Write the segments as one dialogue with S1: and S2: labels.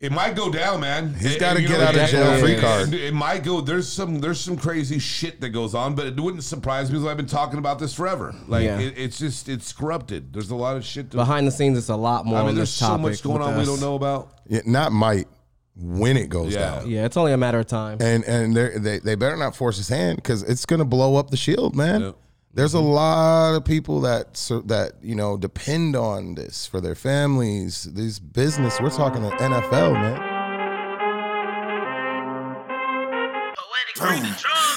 S1: It might go down, man.
S2: He's
S1: It-
S2: gotta
S1: you know,
S2: get out of
S1: it-
S2: jail free card.
S1: It, it might go. There's some. There's some crazy shit that goes on, but it wouldn't surprise me because I've been talking about this forever. Like
S3: Yeah.
S1: it, it's just it's corrupted. There's a lot of shit. To,
S3: Behind the scenes, it's a lot more.
S1: I
S3: on
S1: mean, there's
S3: this
S1: so
S3: topic
S1: much going
S3: with
S1: on we
S3: us.
S1: don't know about.
S2: Yeah, not might when it goes
S1: Yeah.
S2: down.
S3: Yeah, it's only a matter of time.
S2: And and they're- they they better not force his hand because it's gonna blow up the shield, man.
S1: Yep. Mm-hmm.
S2: There's a lot of people that sur- that you know depend on this for their families. These business, we're talking the NFL, man.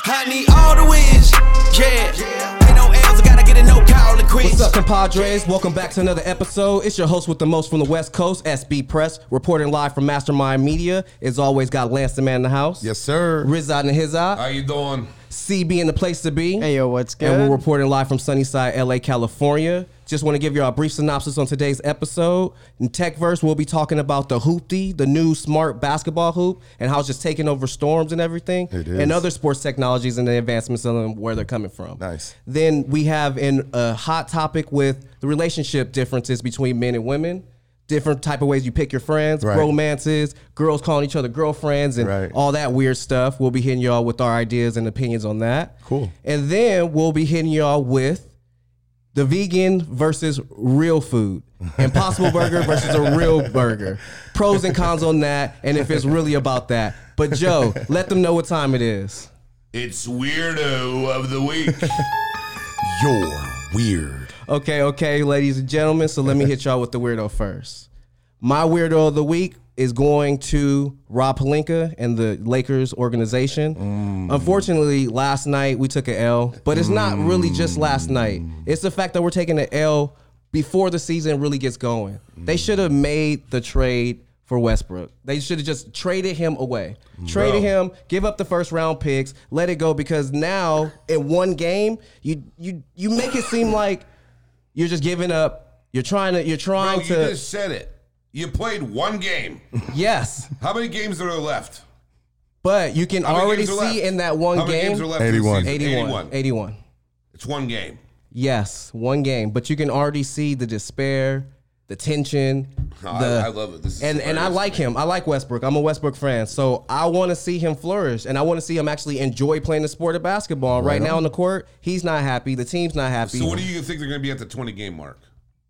S4: I need all the wins. Yeah. Ain't no L's, I gotta get it, no call it quits.
S3: What's up, compadres? Welcome back to another episode. It's your host with the most from the West Coast, SB Press, reporting live from Mastermind Media. As always, got Lance the man in the house.
S2: Yes, sir.
S3: Rizad and his eye.
S1: How you doing?
S3: CB in the place to be.
S5: Hey, yo, what's good?
S3: And we're reporting live from Sunnyside, LA, California. Just want to give you a brief synopsis on today's episode. In Techverse, we'll be talking about the hoopty, the new smart basketball hoop, and how it's just taking over storms and everything,
S2: It is.
S3: and other sports technologies and the advancements of them, where they're coming from.
S2: Nice.
S3: Then we have in a hot topic with the relationship differences between men and women. Different type of ways you pick your friends,
S2: Right.
S3: romances, girls calling each other girlfriends, and
S2: Right.
S3: all all that weird stuff. We'll be hitting y'all with our ideas and opinions on that.
S2: Cool.
S3: And then we'll be hitting y'all with the vegan versus real food, impossible burger versus a real burger, pros and cons on that, and if it's really about that. But Joe, let them know what time it is.
S1: It's weirdo of the week.
S2: You're weird.
S3: Okay, okay, ladies and gentlemen. So let me hit y'all with the weirdo first. My weirdo of the week is going to Rob Palinka and the Lakers organization.
S1: Mm.
S3: Unfortunately, last night we took an L, but it's not really just
S1: Mm.
S3: last night. It's the fact that we're taking an L before the season really gets going.
S1: Mm.
S3: They should have made the trade for Westbrook. They should have just traded him away. Traded him, give up the first round picks, let it go because now in one game, you you you make it seem like you're just giving up. You're trying to you're
S1: Bro,
S3: trying
S1: you
S3: to
S1: just said it. You played one game.
S3: yes.
S1: How many games are there left?
S3: But you can
S1: How many
S3: already
S1: games
S3: see
S1: are left?
S3: in that one
S1: How many
S3: game
S1: games are left in the
S2: 81.
S1: season?
S3: 81,
S1: 81.
S3: 81.
S1: It's one game.
S3: Yes, one game, but you can already see the despair, the tension,
S1: Oh, I-
S3: the
S1: I love it. This is
S3: and and I
S1: hilarious.
S3: like him. I like Westbrook. I'm a Westbrook fan, so I want to see him flourish, and I want to see him actually enjoy playing the sport of basketball. Right, now on the court, he's not happy. The team's not happy.
S1: So what do you think they're going to be at the 20 game mark?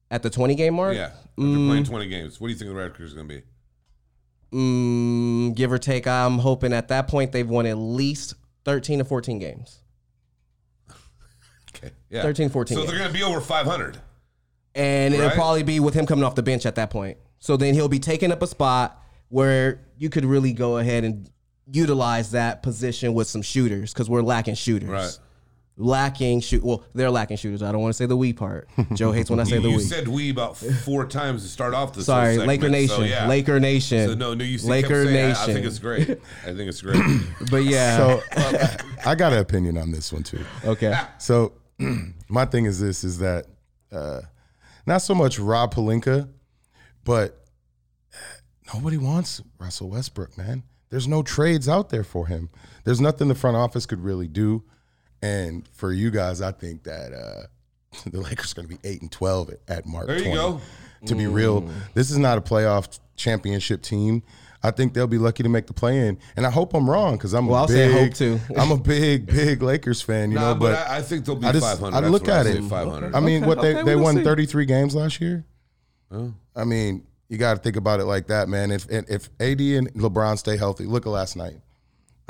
S3: at the 20 game mark?
S1: Yeah, after playing 20 games, what do you think the record is going to be?
S3: Mm, give or take, I'm hoping at that point they've won at least 13 to 14 games.
S1: Okay. Yeah.
S3: 13, 14
S1: So they're
S3: games.
S1: going to be over 500.
S3: and it'll
S1: Right.
S3: probably be with him coming off the bench at that point. So then he'll be taking up a spot where you could really go ahead and utilize that position with some shooters because we're lacking shooters.
S1: Right.
S3: Lacking shoot. Well, they're lacking shooters. I don't want to say the we part. Joe hates when I say
S1: You,
S3: the we.
S1: said we about four times to start off this. whole
S3: Sorry,
S1: segment,
S3: Laker Nation.
S1: So, yeah.
S3: Laker Nation.
S1: So no, no, you Laker
S3: Laker
S1: kept saying,
S3: Nation.
S1: Nation. I, think it's great. I think it's great.
S3: But yeah.
S2: So I got an opinion on this one too.
S3: okay.
S2: So my thing is this is that uh, not so much Rob Palinka, but uh, nobody wants Russell Westbrook, man. There's no trades out there for him. There's nothing the front office could really do. And for you guys, I think that uh, the Lakers are going to be eight and twelve at, at Mark.
S1: There you
S2: 20.
S1: go. Mm.
S2: To be real, this is not a playoff championship team. I think they'll be lucky to make the play in, and I hope I'm wrong because I'm
S3: Well,
S2: a
S3: I'll say
S2: big,
S3: hope too.
S2: I'm a big, big Lakers fan. You
S1: Nah,
S2: know,
S1: but, I, I think they'll be
S2: I just-
S1: 500.
S2: I
S1: That's
S2: look
S1: what
S2: at
S1: say,
S2: it.
S1: 500.
S2: I mean, what they,
S3: okay,
S2: they
S3: we'll
S2: won
S3: see.
S2: 33 games last year. I mean, you got to think about it like that, man. If and- if AD and LeBron stay healthy, look at last night.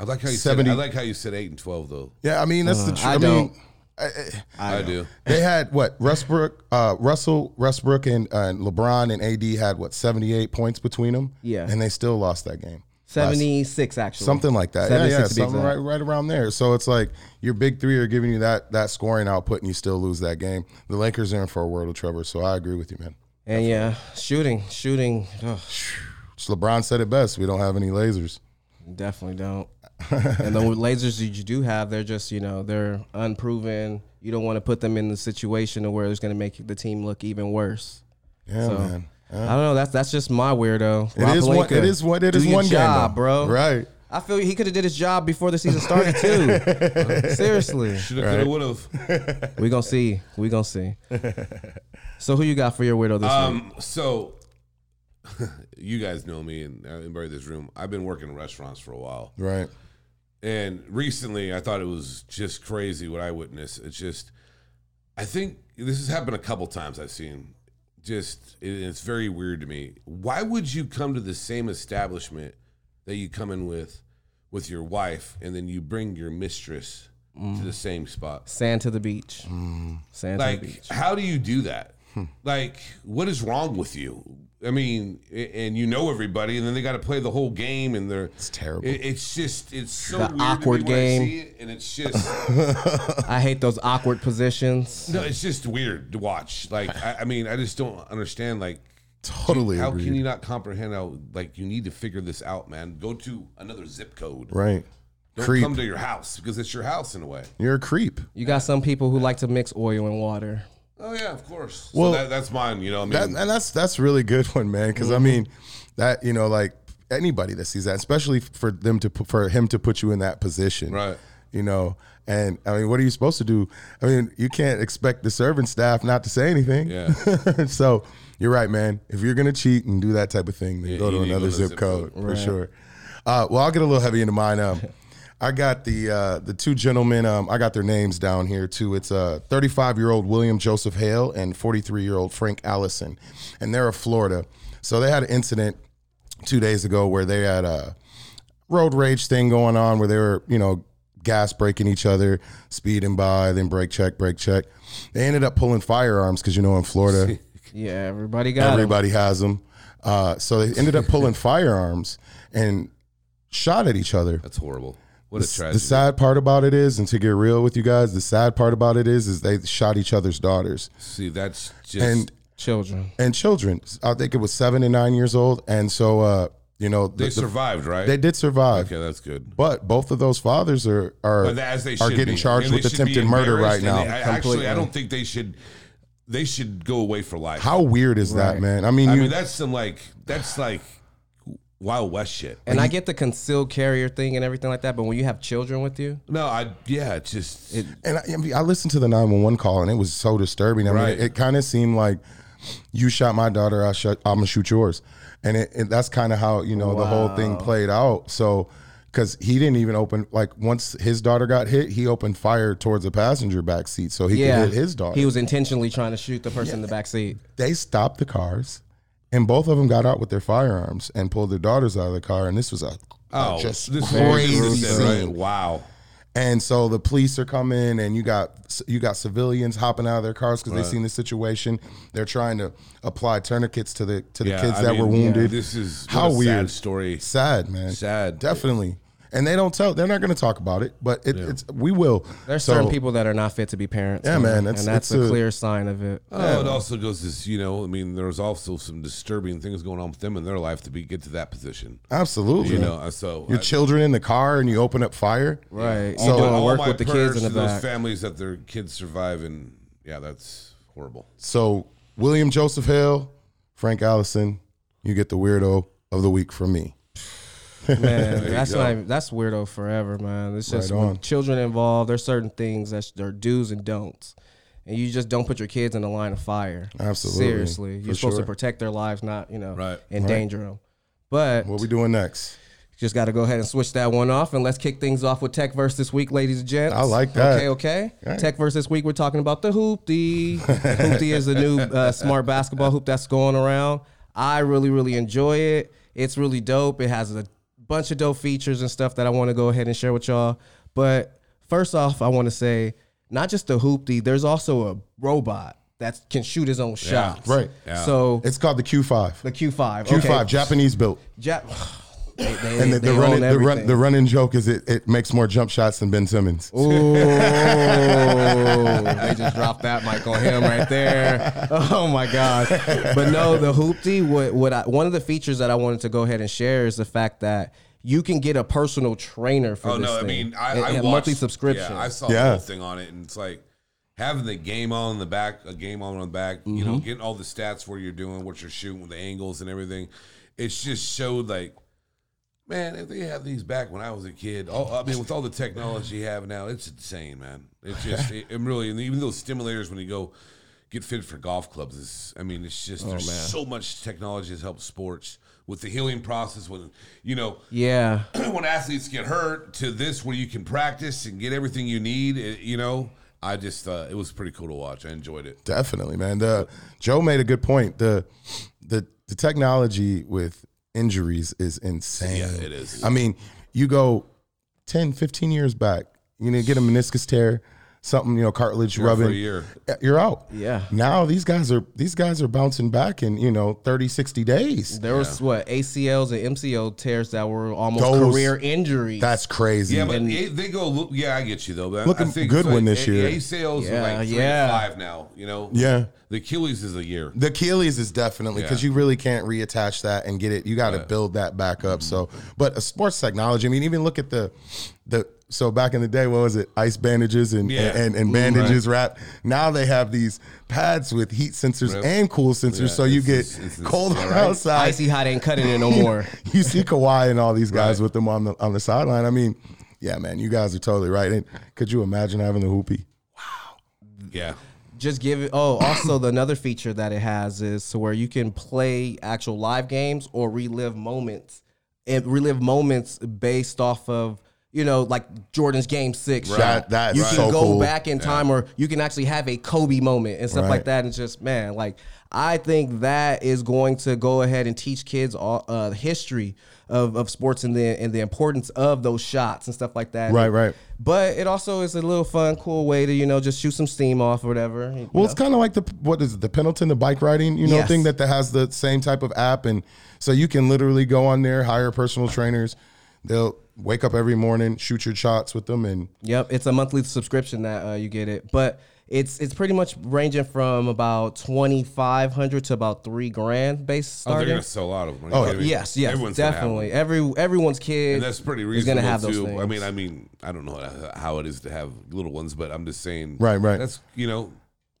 S1: I like how you
S2: 70.
S1: said. I like how you said eight and twelve though.
S2: Yeah, I mean that's the. Tr-
S3: I
S2: Uh, I, mean,
S3: don't.
S2: I, I-
S1: I, do.
S2: they had what Westbrook, uh, Russell, Westbrook, and, uh, and LeBron and AD had what 78 points between them.
S3: Yeah.
S2: and they still lost that game.
S3: 76 actually.
S2: Something like that. Yeah, yeah,
S3: 76 to be
S2: something
S3: exact.
S2: right, right around there. So it's like your big three are giving you that that scoring output, and you still lose that game. The Lakers are in for a world of trouble. So I agree with you, man.
S3: And yeah, shooting, shooting. Ugh.
S2: LeBron said it best. We don't have any lasers.
S3: Definitely don't. and the lasers that you do have, they're just you know they're unproven. You don't want to put them in the situation to where it's going to make the team look even worse.
S2: Yeah,
S3: So
S2: man.
S3: I don't know. That's that's just my weirdo.
S2: It is one.
S3: Palenka,
S2: It is what. It
S3: do
S2: is
S3: your
S2: one
S3: job,
S2: game, though.
S3: bro.
S2: Right.
S3: I feel he could have did his job before the season started too. Seriously,
S1: Should have, could have, would have.
S3: we gonna
S5: Um,
S3: see. We gonna see. So who you got for your weirdo this week?
S1: Um, so
S5: you guys know me and uh, everybody in this room. I've been working in restaurants for a while.
S2: Right.
S5: And recently, I thought it was just crazy what I witnessed. It's just, I think this has happened a couple times I've seen. Just, it, it's very weird to me. Why would you come to the same establishment that you come in with, with your wife, and then you bring your mistress to the same spot?
S3: Sand to the beach.
S2: Mm.
S3: Sand to the
S5: Like,
S3: beach.
S5: how do you do that? Like, what is wrong with you? I mean, a- and you know everybody, and then they got to play the whole game, and they're
S2: It's terrible.
S5: it- it's just it's so
S3: The
S5: weird to
S3: awkward
S5: me when I
S3: game.
S5: see it, and it's just
S3: I hate those awkward positions.
S5: no, it's just weird to watch. Like I, I mean, I just don't understand. Like
S2: totally
S5: how
S2: agreed.
S5: can you not comprehend how like you need to figure this out, man? Go to another zip code.
S2: right.
S5: Don't
S2: Creep.
S5: come to your house because it's your house in a way.
S2: You're a creep.
S3: You got some people who like to mix oil and water.
S5: Oh yeah, of course.
S2: Well-
S5: so that, that's mine. You know, what I
S2: That,
S5: mean,
S2: and that's that's a really good one, man. Because
S3: Mm-hmm.
S2: I mean, that you know, like anybody that sees that, especially for them to put, for him to put you in that position,
S5: Right.
S2: You know, and I mean, what are you supposed to do? I mean, you can't expect the servant staff not to say anything.
S5: Yeah.
S2: so you're right, man. If you're gonna cheat and do that type of thing, then
S5: Yeah,
S2: go
S5: you
S2: to
S5: need to go
S2: another
S5: to
S2: zip,
S5: zip
S2: code,
S5: code.
S2: for sure. Uh, well, I'll get a little heavy into mine. Um, I got the uh, the two gentlemen. Um, I got their names down here too. It's uh, 35 year old William Joseph Hale and 43 year old Frank Allison, and they're of Florida. So they had an incident two days ago where they had a road rage thing going on where they were, you know, gas breaking each other, speeding by, then brake check, brake check. They ended up pulling firearms because you know in Florida
S3: Yeah, everybody got 'em.
S2: everybody has them. Uh, so they ended up pulling firearms and shot at each other.
S5: that's horrible. What a tragedy.
S2: The sad part about it is, and to get real with you guys, the sad part about it is, is they shot each other's daughters
S5: See, that's just
S2: and
S3: Children.
S2: and children. I think it was seven and nine years old, and so uh, you know the-
S5: they
S2: the-
S5: survived, right?
S2: they did survive.
S5: Okay, that's good.
S2: But both of those fathers are are,
S5: But as they
S2: are
S5: should
S2: getting
S5: be.
S2: charged
S5: And
S2: with
S5: they should be
S2: attempted murder right
S5: embarrassed, and
S2: now.
S5: they- I- actually,
S3: Completely.
S5: I don't think they should. They should go away for life.
S2: How weird is that,
S3: Right.
S2: man? I mean,
S5: I
S2: you,
S5: mean, that's some like that's like Wild West shit.
S3: And I get the concealed carrier thing and everything like that, but when you have children with you,
S5: No, I yeah, it's just
S2: and I, I mean, I listened to the 911 call and it was so disturbing. I
S5: Right.
S2: mean, it, kind of seemed like you shot my daughter, I shot, I'm gonna shoot yours. And it, and that's kind of how, you know, the whole thing played out. So, cause he didn't even open, like once his daughter got hit, he opened fire towards the passenger back seat so he
S3: yeah,
S2: could hit his daughter.
S3: He was intentionally trying to shoot the person in the back seat.
S2: they stopped the cars and both of them got out with their firearms and pulled their daughters out of the car. And this was a,
S5: oh,
S2: just
S5: this is
S2: crazy
S5: what you said, right?
S2: scene.
S5: Wow,
S2: And so the police are coming, and you got you got civilians hopping out of their cars because they seen the situation. They're trying to apply tourniquets to the to the
S5: Yeah,
S2: kids
S5: I
S2: that
S5: mean,
S2: were wounded.
S5: This is what
S2: How
S5: a sad
S2: weird.
S5: story.
S2: sad, man.
S5: Sad.
S2: definitely. And they don't tell. They're not going to talk about it, but it, it's we will.
S3: There's
S2: So-
S3: certain people that are not fit to be parents.
S2: Yeah, man, it's-
S3: and that's
S2: it's
S3: a,
S2: a-
S3: clear sign of it.
S5: Oh, it also goes this, you know. I mean, there was also some disturbing things going on with them in their life to be get to that position.
S2: Absolutely,
S5: You know, uh, so
S2: your
S5: I-
S2: children in the car, and you open up fire.
S3: Right.
S5: all
S3: you
S5: my-
S3: doing
S5: all
S3: work
S5: my
S3: with the kids
S5: prayers
S3: in the
S5: to those
S3: back.
S5: families that their kids survive, and yeah, that's horrible.
S2: So William Joseph Hill, Frank Allison, you get the weirdo of the week from me.
S3: Man, that's
S5: go.
S3: not even, that's weirdo forever, man. It's just
S2: Right
S3: when
S2: on.
S3: children involved. There's certain things that's there are do's and don'ts, and you just don't put your kids in the line of fire.
S2: Absolutely.
S3: seriously,
S2: For
S3: you're supposed
S2: sure.
S3: to protect their lives, not you know
S5: Right.
S3: endanger them. But
S2: What we doing next?
S3: just got to go ahead and switch that one off, and let's kick things off with Tech Verse this week, ladies and gents.
S2: I like that.
S3: Okay, okay.
S2: Okay.
S3: Tech Verse this week, we're talking about the hoopty. hoopty is the new uh, smart basketball hoop that's going around. I really, really enjoy it. It's really dope. It has a bunch of dope features and stuff that I want to go ahead and share with y'all. But first off, I want to say not just the hoopty. There's also a robot that can shoot his own shots.
S2: right.
S5: Yeah.
S3: So
S2: It's called the Q5.
S3: the Q5.
S2: Q5,
S3: okay.
S2: Japanese built.
S3: Jap- they, they,
S2: And the,
S3: they
S2: the,
S3: own
S2: running, the, run,
S3: everything.
S2: the running joke is it, it makes more jump shots than Ben Simmons.
S3: Oh, they just dropped that mic on him right there. Oh my god! But no, the hoopty. What what? I, one of the features that I wanted to go ahead and share is the fact that you can get a personal trainer for
S5: Oh
S3: this
S5: no, I
S3: thing.
S5: mean, I,
S3: And-
S5: I
S3: and a
S5: watched,
S3: monthly subscription.
S5: Yeah, I saw
S2: Yeah.
S5: the whole thing on it, and it's like having the game on in the back, a game on on the back. You
S3: Mm-hmm.
S5: know, getting all the stats where you're doing, what you're shooting, the angles, and everything. It's just showed like, man, if they had these back when I was a kid, all, I mean, with all the technology you have now, it's insane, man. It's just, it, it really, and even those stimulators when you go. get fit for golf clubs. It's, I mean, it's
S3: Oh,
S5: just there's so much technology has helped sports with the healing process. When you know,
S3: Yeah.
S5: when athletes get hurt, to this where you can practice and get everything you need. It, you know, I just uh, it was pretty cool to watch. I enjoyed it.
S2: Definitely, man. The Joe made a good point. The the the technology with injuries is insane.
S5: Yeah, it is.
S2: I mean, you go 10, 15 years back, you know, get a meniscus tear, something, you know, cartilage
S5: You're out for
S2: rubbing.
S5: a year.
S2: You're out.
S3: Yeah.
S2: Now these guys are these guys are bouncing back in, you know, 30, 60 days.
S3: There was what ACLs and MCL tears that were almost
S2: Those-
S3: career injuries.
S2: That's crazy.
S5: Yeah, but
S3: And-
S5: they- they go. look- Yeah, I get you though. But
S2: Look
S5: I
S2: at
S5: think
S2: Goodwin
S5: like,
S2: this
S5: A-
S2: year.
S5: A sales
S3: Yeah,
S5: are like three
S3: yeah.
S5: to five now. You know.
S2: Yeah.
S5: The Achilles is a year.
S2: The Achilles is definitely because
S5: Yeah.
S2: you really can't reattach that and get it. You got to build that back
S5: Mm-hmm.
S2: up. So, but a sports technology. I mean, even look at the the. So back in the day, what was it? Ice bandages and
S5: Yeah.
S2: and, and bandages wrapped. Now they have these pads with heat sensors
S5: Right.
S2: and cool sensors,
S5: Yeah,
S2: so you
S5: it's-
S2: get
S5: it's- it's-
S2: cold
S5: yeah,
S2: on
S5: right.
S2: outside.
S3: Icy hot ain't cutting it no more.
S2: you see Kawhi and all these guys
S5: Right.
S2: with them on the on the sideline. I mean, yeah, man, you guys are totally right. And could you imagine having the hoopy?
S5: Yeah.
S3: Just give it. Oh, also the another feature that it has is to where you can play actual live games or relive moments and relive moments based off of you know like Jordan's game six. shot.
S2: That- that's
S3: you
S2: so
S3: can go
S2: cool.
S3: back in time, or you can actually have a Kobe moment and stuff
S2: Right.
S3: like that. And just man, like I think that is going to go ahead and teach kids all uh, the history of, of sports and the and the importance of those shots and stuff like that.
S2: Right, right.
S3: But it also is a little fun, cool way to you know just shoot some steam off or whatever. you
S2: Well,
S3: know?
S2: it's kind of like the what is it, the Pendleton, the bike riding, you know,
S3: Yes.
S2: thing that, that has the same type of app, and so you can literally go on there, hire personal trainers. They'll wake up every morning, shoot your shots with them, and
S3: Yep, it's a monthly subscription that uh, you get it, but it's it's pretty much ranging from about twenty five hundred to about three grand base
S5: Oh, they're
S3: starting.
S5: gonna sell out of them.
S2: Oh,
S3: yes, yes,
S5: gonna have
S3: definitely.
S5: one.
S3: Every everyone's kid
S5: And that's pretty
S3: is
S5: reasonable
S3: gonna have those
S5: too.
S3: things.
S5: I mean, I mean, I don't know how- how it is to have little ones, but I'm just saying.
S2: Right, right.
S5: That's you know.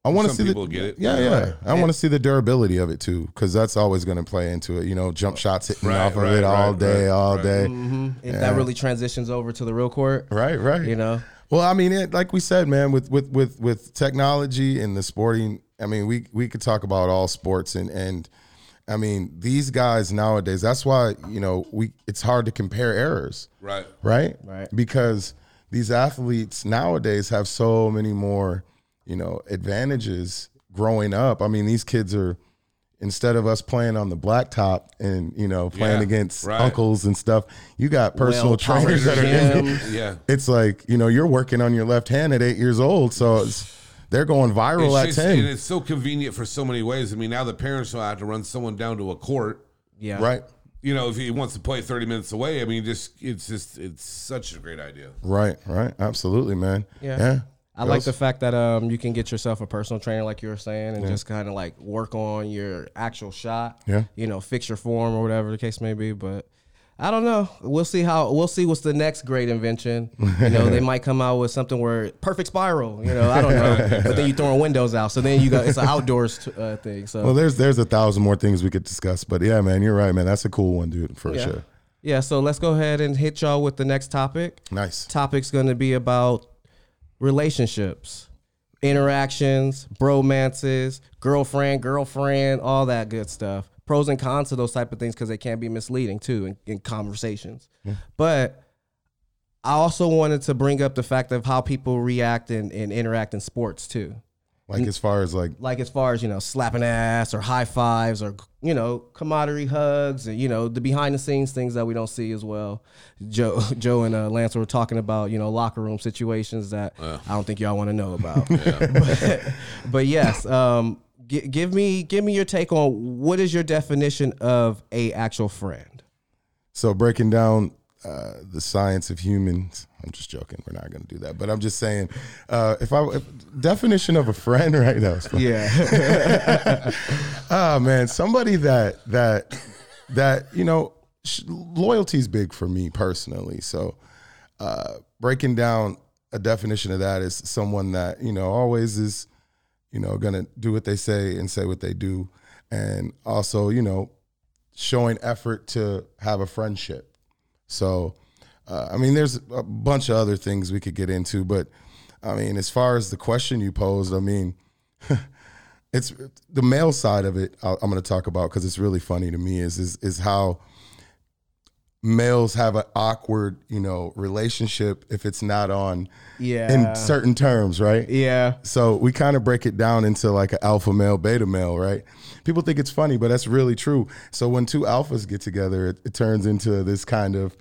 S2: I want to
S5: some
S2: see
S5: people
S2: the,
S5: get it.
S2: Yeah, yeah. I want to see the durability of it too, because that's always going to play into it. You know, jump shots hitting
S5: Right,
S2: off of
S5: right,
S2: it all
S5: right,
S2: day,
S5: right,
S2: all
S5: right. Mm-hmm.
S2: day.
S3: if that really transitions over to the real court,
S2: Right, right.
S3: You know,
S2: Well, I mean, it, like we said, man, with with with with technology and the sporting, I mean, we we could talk about all sports and and I mean, these guys nowadays. That's why you know we it's hard to compare errors,
S5: Right.
S2: right?
S3: Right.
S2: Because these athletes nowadays have so many more, you know, advantages growing up. I mean, these kids are instead of us playing on the blacktop and you know playing
S5: Yeah,
S2: against
S5: right.
S2: uncles and stuff, you got personal
S3: Well-powered
S2: trainers that are in
S3: gyms.
S5: Yeah.
S2: it's like you know you're working on your left hand at eight years old, so it's, they're going viral at
S5: It's just-
S2: ten,
S5: and it's so convenient for so many ways. I mean, now the parents don't have to run someone down to a court.
S3: yeah,
S2: right?
S5: You know, if he wants to play 30 minutes away, I mean, just it's just it's such a great idea.
S2: Right, right, absolutely, man.
S3: Yeah.
S2: yeah.
S3: I like the fact that um you can get yourself a personal trainer like you were saying and just kind of like work on your actual shot.
S2: Yeah.
S3: You know, fix your form or whatever the case may be, but I don't know. We'll see how we'll see what's the next great invention. You know, they might come out with something where perfect spiral, you know, I don't know. but then you throwing windows out. So then you got it's an outdoors t- uh, thing. So
S2: Well, there's there's a thousand more things we could discuss, but yeah, man, you're right, man. That's a cool one, dude, for
S3: yeah.
S2: sure.
S3: Yeah, so let's go ahead and hit y'all with the next topic.
S2: Nice.
S3: topic's going to be about relationships, interactions, bromances, girlfriend, girlfriend, all that good stuff. Pros and cons to those type of things because they can be misleading too in, in conversations. But I also wanted to bring up the fact of how people react and, and interact in sports too.
S2: Like as far as like
S3: Like as far as you know, slapping ass or high fives or you know, camaraderie hugs and you know the behind the scenes things that we don't see as well. Joe, Joe and uh, Lance were talking about you know locker room situations that I don't think y'all want to know about. but, but yes, um, gi- give me give me your take on what is your definition of a actual friend?
S2: so breaking down uh, the science of humans. I'm just joking. We're not going to do that, but I'm just saying, uh, if I if, definition of a friend, right? That was funny.
S3: Yeah,
S2: Oh man, somebody that that that you know, sh- loyalty's big for me personally. So, uh, breaking down a definition of that is someone that you know always is, you know, gonna do what they say and say what they do, and also you know, showing effort to have a friendship. So, uh, I mean, there's a bunch of other things we could get into, but I mean, as far as the question you posed, I mean, it's the male side of it. I'll, I'm going to talk about because it's really funny to me. Is is is how males have an awkward you know relationship if it's not on
S3: Yeah.
S2: in certain terms, right?
S3: yeah.
S2: So we kind of break it down into like an alpha male, beta male, right? People think it's funny, but that's really true. So when two alphas get together, it, it turns into this kind of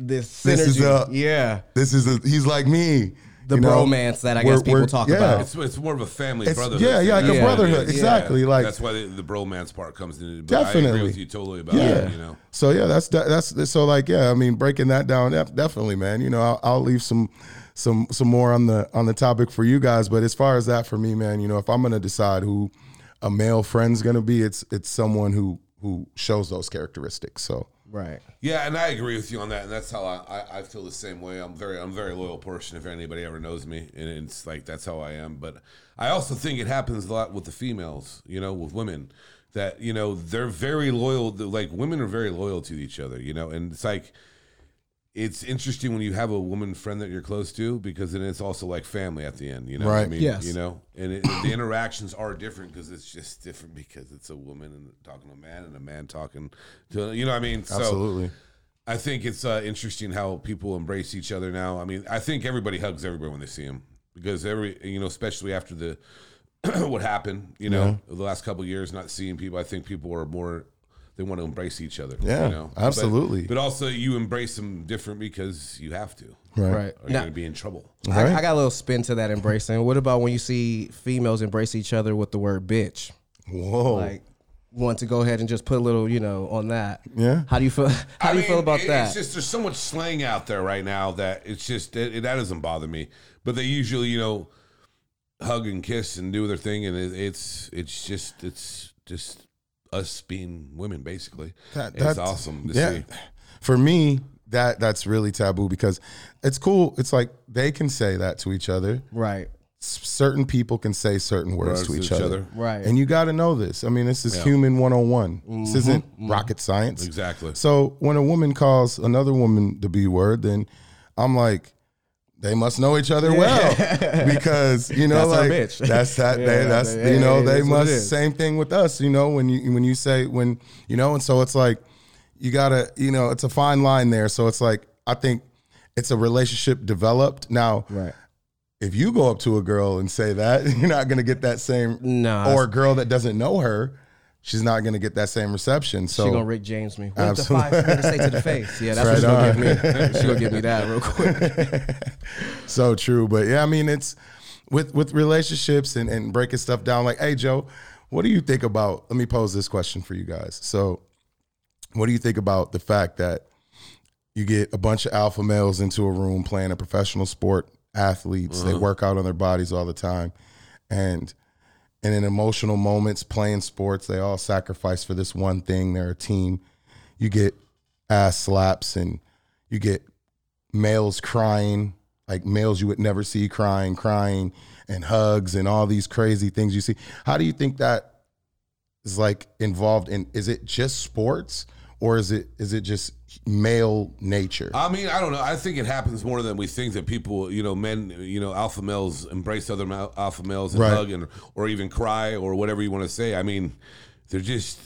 S3: This synergy.
S2: This is a-
S3: yeah.
S2: this is a, he's like me,
S3: The
S2: you know?
S3: bromance that I
S2: We're-
S3: guess people
S2: we're-
S3: talk
S2: yeah.
S3: about.
S5: It's, it's more of a family
S2: It's-
S5: brotherhood.
S2: yeah, yeah, like a
S5: That's what it
S2: brotherhood,
S5: is.
S2: exactly, like-
S5: that's why the, the bromance part comes in. But I agree
S2: Definitely.
S5: with you totally about
S2: Yeah.
S5: that. You know,
S2: So yeah, that's that's so like yeah, I mean breaking that down def- definitely, man. You know, I'll, I'll leave some some some more on the on the topic for you guys, but as far as that for me, man, you know, if I'm gonna decide who a male friend's gonna be, it's it's someone who who shows those characteristics. So
S3: Right.
S5: yeah, and I agree with you on that, and that's how I, I, I feel the same way. I'm very I'm a very loyal person. If anybody ever knows me, and it's like that's how I am. But I also think it happens a lot with the females. You know, with women that you know they're very loyal. Like women are very loyal to each other. You know, and it's like. it's interesting when you have a woman friend that you're close to because then it's also like family at the end, you know. what I
S2: Right.
S5: mean,
S3: Yes.
S5: You know, and it, the interactions are different because it's just different because it's a woman and talking to a man and a man talking to you know. What I mean, so
S2: absolutely,
S5: I think it's uh, interesting how people embrace each other now. I mean, I think everybody hugs everybody when they see them because every you know, especially after the what happened, you know, the last couple of years not seeing people. I think people are more they want to embrace each other.
S2: Yeah,
S5: you know?
S2: absolutely.
S5: But, but also, you embrace them different because you have to. Or
S2: right?
S3: Right.
S5: you're
S3: Now,
S5: going to be in trouble.
S3: I,
S2: Right.
S3: I got a little spin to that embracing. What about when you see females embrace each other with the word bitch?
S2: Whoa,
S3: Like, want to go ahead and just put a little, you know, on that.
S2: Yeah.
S3: How do you feel? How
S5: I
S3: do you
S5: mean,
S3: feel about
S5: it-
S3: that?
S5: It's just there's so much slang out there right now that it's just it, it- that doesn't bother me. But they usually, you know, hug and kiss and do their thing, and it, it's it's just it's just us being women basically.
S2: That-
S5: it's awesome to see.
S2: For me, that that's really taboo because it's cool. It's like they can say that to each other.
S3: right.
S2: S- Certain people can say certain words, to each, other.
S3: Right.
S2: And you got to know this. I mean, this is human 101. This isn't rocket science.
S5: Exactly.
S2: So when a woman calls another woman the B word, then I'm like, they must know each other well because you know,
S3: That's our
S2: like
S3: bitch.
S2: that's that.
S3: Yeah,
S2: they, that's
S3: yeah,
S2: you know,
S3: yeah,
S2: they
S3: that's what it
S2: must.
S3: is.
S2: Same thing with us. You know, when you when you say when you know, and so it's like you gotta, you know, it's a fine line there. So it's like I think it's a relationship developed now.
S3: Right.
S2: If you go up to a girl and say that, you're not gonna get that same.
S3: Nah.
S2: Or a girl that doesn't know her, she's not gonna get that same reception. So
S3: She gonna Rick James me. What the
S2: Absolutely.
S3: five for me to say to the face? Yeah, that's
S2: Right
S3: what she gonna give me. She gonna give me that real quick.
S2: so true. But yeah, I mean, it's with with relationships and, and breaking stuff down. Like, hey, Joe, what do you think about? Let me pose this question for you guys. So, what do you think about the fact that you get a bunch of alpha males into a room playing a professional sport, athletes,
S3: Uh-huh.
S2: they work out on their bodies all the time, and and in emotional moments playing sports, they all sacrifice for this one thing. They're a team. You get ass slaps and you get males crying, like males you would never see crying, crying, and hugs and all these crazy things you see. How do you think that is like involved in? Is it just sports, or is it is it just male nature?
S5: I mean, I don't know. I think it happens more than we think that people, you know, men, you know, alpha males embrace other mal- alpha males and
S2: Right.
S5: hug and or even cry or whatever you want to say. I mean, they're just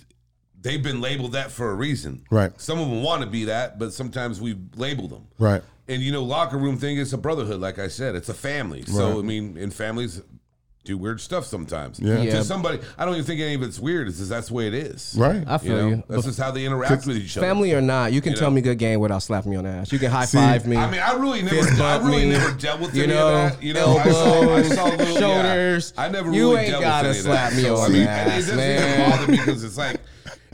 S5: they've been labeled that for a reason.
S2: Right.
S5: Some of them want to be that, but sometimes we label them.
S2: right.
S5: And you know, locker room thing is a brotherhood. Like I said, it's a family. So I mean, in families do weird stuff sometimes.
S2: Yeah.
S3: Yeah.
S5: To somebody, I don't even think any of it's weird. It's just that's the way it is.
S2: Right.
S3: I feel
S5: You know,
S3: you.
S5: that's just how they interact with each other.
S3: Family or not, you can tell
S5: know?
S3: me good game without slapping me on the ass. You can high five me.
S5: I mean, I really never,
S3: fist
S5: I
S3: bump
S5: really
S3: me,
S5: never dealt with
S3: you
S5: any
S3: know,
S5: of that. You know, I saw, I
S3: elbows,
S5: saw little, yeah.
S3: shoulders.
S5: I never
S3: You
S5: really
S3: ain't
S5: dealt
S3: gotta
S5: with any
S3: slap
S5: of that.
S3: me
S5: So,
S3: on
S5: I mean,
S3: the
S5: and
S3: ass,
S5: it doesn't
S3: man.
S5: even bother me because it's like.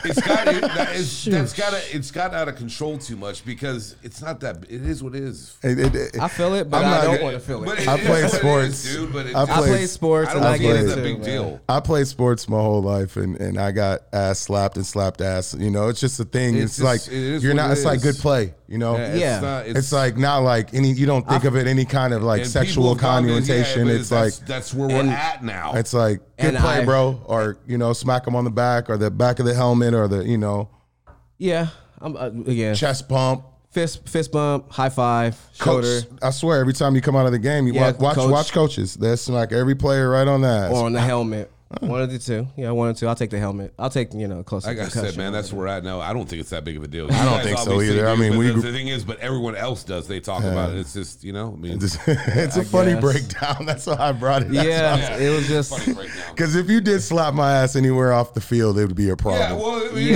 S5: It's got it, that is, that's got to it's got out of control too much because it's not that it is what it is.
S2: It- it- it-
S3: I feel it, but
S2: I'm
S3: I
S2: not
S3: don't
S2: gonna-
S3: want to feel
S5: But
S3: it.
S5: it
S2: I
S5: is
S2: play
S5: what it is,
S2: sports.
S5: dude. But it,
S2: I
S5: I,
S3: I
S2: played-
S3: play sports.
S5: don't
S3: and I
S5: think
S3: get
S2: played-
S5: it's
S3: it
S5: a
S3: too,
S5: big
S3: man.
S5: deal.
S2: I played sports my whole life, and, and I got ass slapped and slapped ass. You know, it's just a thing.
S5: It's
S2: It's,
S5: just-
S2: like
S5: it is
S2: you're
S5: what
S2: not.
S5: it
S2: It's like
S5: is.
S2: good play. You know,
S5: It's
S3: Yeah.
S5: not-
S2: it's, like not like any. You don't think of it any kind of like
S5: and people
S2: sexual
S5: have gone in, yeah,
S2: connotation.
S5: but
S2: it's like
S5: that's, that's where we're
S3: and-
S5: at now.
S2: It's like good
S3: And
S2: play,
S3: I-
S2: bro, or you know, smack him on the back or the back of the helmet or the you know
S3: Yeah. I'm uh, yeah.
S2: chest pump.
S3: Fist fist bump, high five,
S2: Coach,
S3: shoulder
S2: I swear, every time you come out of the game, you
S3: Yeah,
S2: watch watch,
S3: coach.
S2: watch coaches. They smack every player right on that.
S3: or on the helmet. One of the two. Yeah, one of the two. I'll take the helmet. I'll take you know closer.
S5: Like I said,
S3: concussion.
S5: man, that's where I know. I don't think it's that big of a deal.
S2: I don't
S5: You guys
S2: think so
S5: obviously
S2: either. I mean,
S5: but
S2: we
S5: the,
S2: gr-
S5: the thing is, but everyone else does. They talk about it. It's just you know, I mean,
S2: It's, it's a funny
S3: guess.
S2: breakdown. That's why I brought it.
S3: yeah, it was just
S5: funny breakdown.
S2: Because if you did slap my ass anywhere off the field, it would be a problem.
S5: Yeah, well, I mean,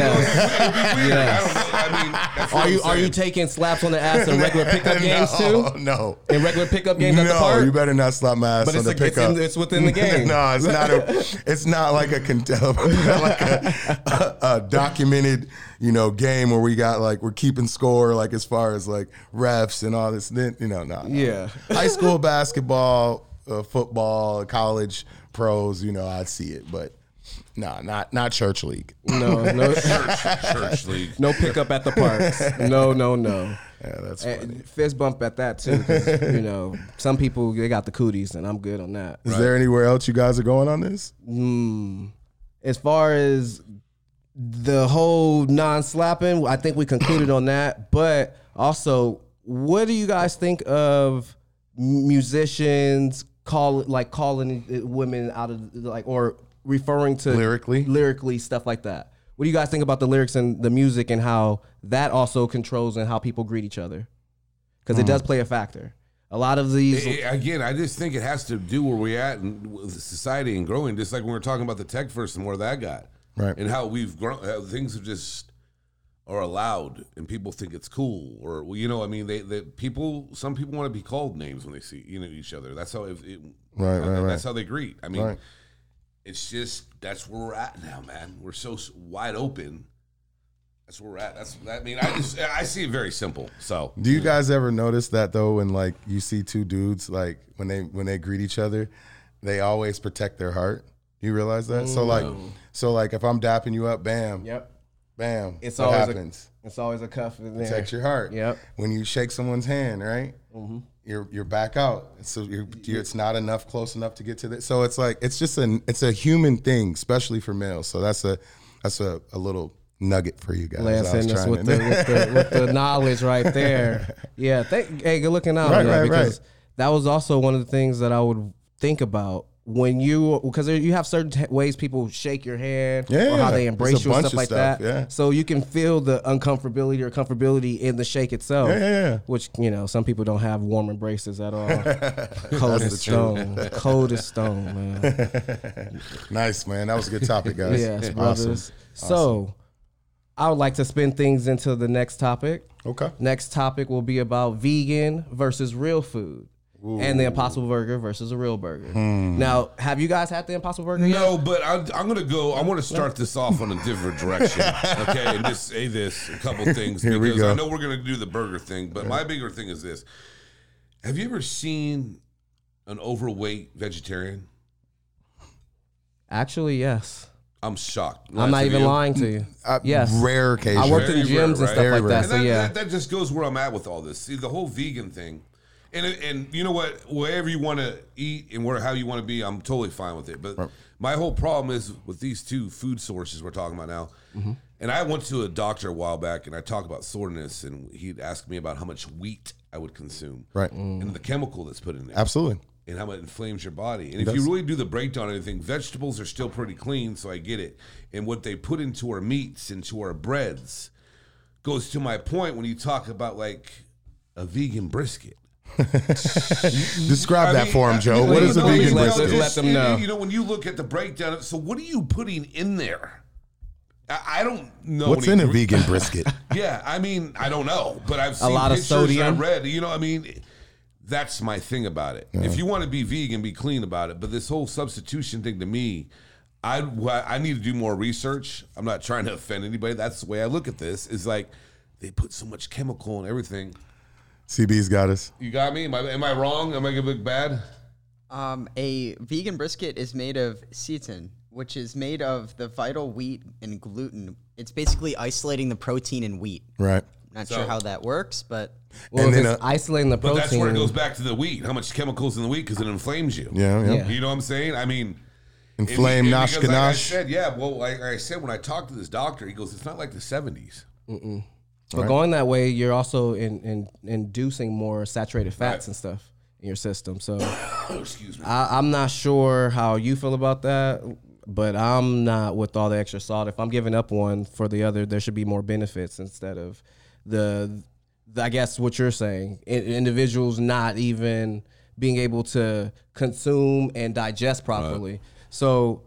S5: you know, it'd be weird.
S3: Yeah. Yes.
S5: I don't know. I mean, that's what
S3: Are
S5: I'm
S3: you are
S5: saying.
S3: you taking slaps on the ass in regular pickup games
S2: no,
S3: too?
S2: No.
S3: In regular pickup games at the
S2: no,
S3: park?
S2: you better not slap my ass
S3: But
S2: on
S3: it's
S2: the
S3: like- it's
S2: pickup.
S3: in- it's within the game.
S2: no, it's not a. It's not like a con- like a, a, a documented, you know, game where we got like we're keeping score, like as far as like refs and all this. Then you know, no, no.
S3: Yeah.
S2: High school basketball, uh, football, college pros. You know, I'd see it, but no, not not church league.
S3: No, no,
S5: church league?
S3: no pickup at the parks. No, no, no.
S2: Yeah, that's funny.
S3: And fist bump at that too. 'cause, You know, some people they got the cooties, and I'm good on that.
S2: Is there anywhere else you guys are going on this?
S3: As far as the whole non-slapping, I think we concluded on that. But also, what do you guys think of musicians call like calling women out of like or referring to
S2: Lyrically?
S3: lyrically stuff like that? What do you guys think about the lyrics and the music and how that also controls and how people greet each other? Because
S2: Mm-hmm.
S3: it does play a factor. A lot of these,
S5: I- again, I just think it has to do where we're at and with society and growing. Just like when we were talking about the tech first and where that got,
S2: Right.
S5: and how we've grown, how things have just are allowed, and people think it's cool, or well, you know, I mean, they, they people, some people want to be called names when they see you know each other. That's how it, it
S2: Right,
S5: how-
S2: right, right.
S5: That's how they greet. I mean,
S2: Right.
S5: it's just that's where we're at now, man. We're so s- wide open. That's where we're at. That's I mean, I just I see it very simple. So
S2: Do you guys ever notice that though when like you see two dudes like when they when they greet each other, they always protect their heart? You realize that? So like so like if I'm dapping you up, bam,
S3: Mm, yep,
S2: bam,
S3: It's
S2: it's what
S3: always a-
S2: happens?
S3: it's always a cuff in there.
S2: Protect your heart.
S3: Yep. Mm-hmm.
S2: When you shake someone's hand, right? You're you're back out. So you're, you're it's not enough close enough to get to that. So it's like it's just an it's a human thing, especially for males. So that's a that's a, a little nugget for you guys.
S3: Lance
S2: I was
S3: hitting us
S2: trying
S3: with
S2: to-
S3: the, with, the, with the knowledge right there. Yeah, thank, hey, good looking out.
S2: Right,
S3: yeah,
S2: right,
S3: because
S2: right.
S3: that was also one of the things that I would think about when you because you have certain t- ways people shake your hand or
S2: Yeah,
S3: how they
S2: it's
S3: embrace
S2: a
S3: you and
S2: bunch
S3: stuff
S2: of
S3: like
S2: stuff,
S3: that.
S2: yeah.
S3: So you can feel the uncomfortability or comfortability in the shake itself.
S2: Yeah, yeah, yeah.
S3: Which you know some people don't have warm embraces at all. Cold as
S2: the truth.
S3: stone. Cold as stone, man.
S2: Nice man, that was a good topic, guys.
S3: Yes,
S2: Awesome.
S3: brothers. So, I would like to spin things into the next topic.
S2: Okay.
S3: Next topic will be about vegan versus real food. And the Impossible Burger versus a real burger. Now, have you guys had the Impossible Burger? yet?
S5: Hmm. No, but I'm, I'm gonna go. I want to start this off on a different direction, okay? And just say this a couple things
S2: Here we
S5: because
S2: go.
S5: I know we're gonna do the burger thing, but my bigger thing is this: Have you ever seen an overweight vegetarian?
S3: Actually, yes.
S5: I'm shocked.
S3: I'm not
S5: Have
S3: even
S5: you?
S3: lying to you.
S2: Uh,
S3: yes.
S2: Rare occasion.
S3: I worked in
S5: Very
S3: gyms
S5: rare,
S3: and
S5: right?
S3: stuff
S2: Very
S3: like
S2: rare.
S3: that.
S5: And
S3: So,
S5: that,
S3: yeah.
S5: that, that just goes where I'm at with all this. See, the whole vegan thing, and and you know what, wherever you want to eat and where how you want to be, I'm totally fine with it. But my whole problem is with these two food sources we're talking about now.
S3: Mm-hmm.
S5: And I went to a doctor a while back, and I talked about soreness, and he'd ask me about how much wheat I would consume,
S2: Right.
S5: and the chemical that's put in it
S2: Absolutely.
S5: and how it inflames your body. And if you really do the breakdown of anything, vegetables are still pretty clean, so I get it. And what they put into our meats, into our breads, goes to my point when you talk about like a vegan brisket.
S2: Describe
S5: I
S2: that
S5: mean,
S2: for him,
S5: I-
S2: Joe.
S5: you
S2: what
S5: know,
S2: is a
S5: you
S2: vegan
S5: know,
S3: let-
S2: brisket?
S3: let them know.
S5: You know, when you look at the breakdown, of- so what are you putting in there? I, I don't know.
S2: What's
S5: any
S2: in a
S5: gre-
S2: vegan brisket?
S5: Yeah, I mean, I don't know, but I've seen
S3: lot of
S5: pictures and
S3: sodium.
S5: I read, you know, I mean, that's my thing about it. If you want to be vegan, be clean about it. But this whole substitution thing to me, I wh- I need to do more research. I'm not trying to offend anybody. That's the way I look at this. Is like they put so much chemical and everything.
S2: CB's got us.
S5: You got me? Am I, am I wrong? Am I gonna look bad?
S6: Um, a vegan brisket is made of seitan, which is made of the vital wheat and gluten. It's basically isolating the protein in wheat.
S2: Right.
S6: Not
S5: So-
S6: sure how that works, but
S3: Well,
S2: and
S3: if
S2: then
S3: it's
S2: a-
S3: isolating the
S5: uh, But
S3: protein.
S5: that's where it goes back to the wheat. How much chemicals in the wheat because it inflames you.
S2: Yeah, yeah.
S3: Yeah.
S5: You know what I'm saying? I mean. And
S2: Inflame
S5: he- and
S2: nosh
S5: because Like I
S2: ganache.
S5: said, yeah. Well, like I said, when I talked to this doctor, he goes, "It's not like the '70s."
S3: But going that way, you're also in, in, inducing more saturated fats and stuff in your system. So,
S5: Oh, excuse me.
S3: I, I'm not sure how you feel about that, But I'm not with all the extra salt. If I'm giving up one for the other, there should be more benefits instead of the, the I guess what you're saying, in, individuals not even being able to consume and digest properly. So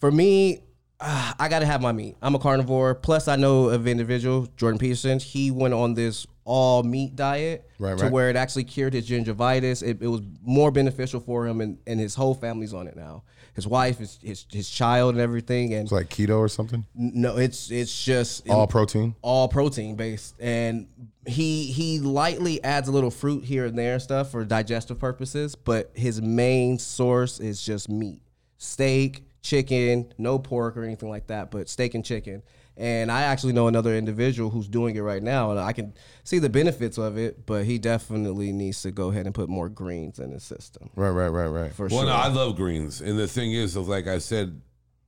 S3: for me, ah, I gotta have my meat. I'm a carnivore. Plus, I know of individual Jordan Peterson. He went on this all meat diet
S2: Right,
S3: to
S2: right.
S3: where it actually cured his gingivitis. It, it was more beneficial for him, and, and his whole family's on it now. His wife, his his, his child, and everything. And
S2: It's like keto or something.
S3: no, it's it's just
S2: All protein.
S3: all protein based and he he lightly adds a little fruit here and there and stuff for digestive purposes but his main source is just meat steak chicken no pork or anything like that but steak and chicken and i actually know another individual who's doing it right now and i can see the benefits of it but he definitely needs to go ahead and put more greens in his system
S2: Right, right, right, right.
S3: for
S5: Well,
S3: sure
S5: no, I love greens, and the thing is, of like I said,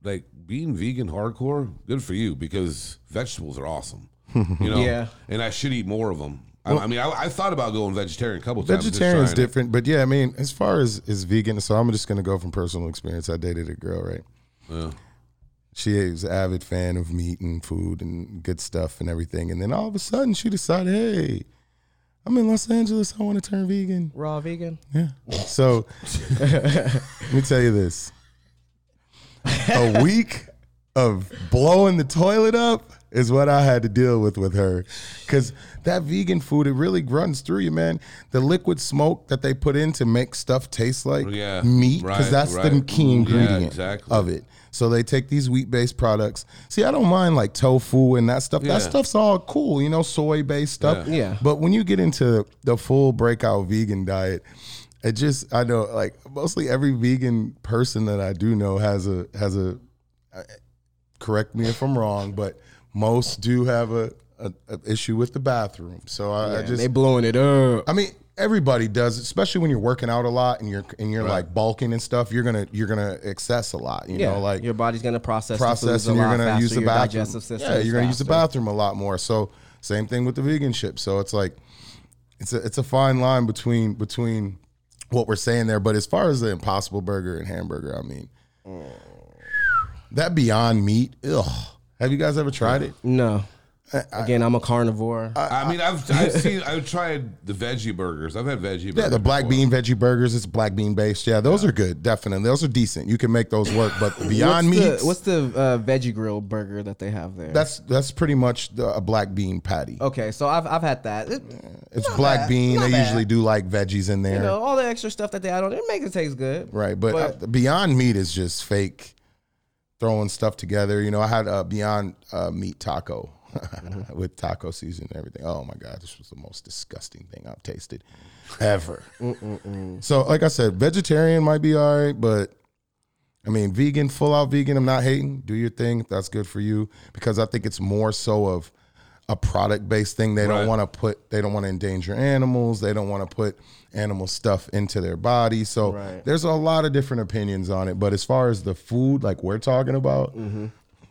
S5: like being vegan hardcore, good for you because vegetables are awesome. You know,
S3: Yeah.
S5: And I should eat more of them. I, I mean, I, I thought about going vegetarian a couple times. just
S2: Vegetarian's
S5: trying it.
S2: different, but yeah, I mean, as far as is vegan, so I'm just gonna go from personal experience. I dated a girl, right? She is an avid fan of meat and food and good stuff and everything, and then all of a sudden she decided, hey, I'm in Los Angeles, I want to turn vegan.
S3: raw vegan
S2: Yeah. So let me tell you this: a week of blowing the toilet up is what I had to deal with with her, because that vegan food it really runs through you, man. The liquid smoke that they put in to make stuff taste like
S5: Yeah,
S2: meat, because
S5: right,
S2: that's the
S5: right.
S2: key
S5: Yeah,
S2: ingredient
S5: exactly.
S2: of it. So they take these wheat-based products. See, I don't mind like tofu and that stuff.
S5: Yeah.
S2: That stuff's all cool, you know, soy-based stuff.
S5: Yeah.
S3: Yeah.
S2: But when you get into the full breakout vegan diet, it just I know like mostly every vegan person that I do know has a has a I- correct me if I'm wrong, but most do have a, a, a issue with the bathroom. So I, I
S3: Yeah,
S2: just
S3: they blowing it up
S2: I mean, everybody does, especially when you're working out a lot and you're and you're like bulking and stuff. You're gonna you're gonna excess a lot. You
S3: yeah
S2: know, like
S3: your body's gonna process the foods
S2: process
S3: a
S2: and you're
S3: lot
S2: gonna
S3: faster,
S2: use the
S3: your
S2: bathroom.
S3: digestive system
S2: yeah,
S3: is
S2: you're gonna use the
S3: faster.
S2: bathroom a lot more. So same thing with the vegan chip. So it's like it's a it's a fine line between between what we're saying there. But as far as the Impossible Burger and hamburger, I mean, that Beyond Meat. Ugh. Have you guys ever tried it?
S3: No. Again, I'm a carnivore.
S5: I mean, I've I've seen I've tried the veggie burgers. I've had veggie.
S2: Yeah,
S5: burgers
S2: the black
S5: before.
S2: bean veggie burgers. It's black bean based. Yeah, those are good. Definitely, those are decent. You can make those work. But the Beyond
S3: what's
S2: Meat.
S3: The, what's the uh, veggie grill burger that they have there?
S2: that's that's pretty much the, a black bean patty.
S3: okay. So I've I've had that. It,
S2: It's black bean. They usually do like veggies in there.
S3: you know, all the extra stuff that they add on it makes it taste good.
S2: Right, but, uh, Beyond Meat is just fake throwing stuff together. You know, I had a Beyond uh, Meat taco with taco season and everything. Oh my god, this was the most disgusting thing I've tasted ever. So, like I said, vegetarian might be all right, but I mean, vegan, full out vegan, I'm not hating. Do your thing. if That's good for you because I think it's more so of a product based thing. They don't
S5: Right.
S2: want to put, they don't want to endanger animals. They don't want to put animal stuff into their body. So there's a lot of different opinions on it. But as far as the food, like we're talking about,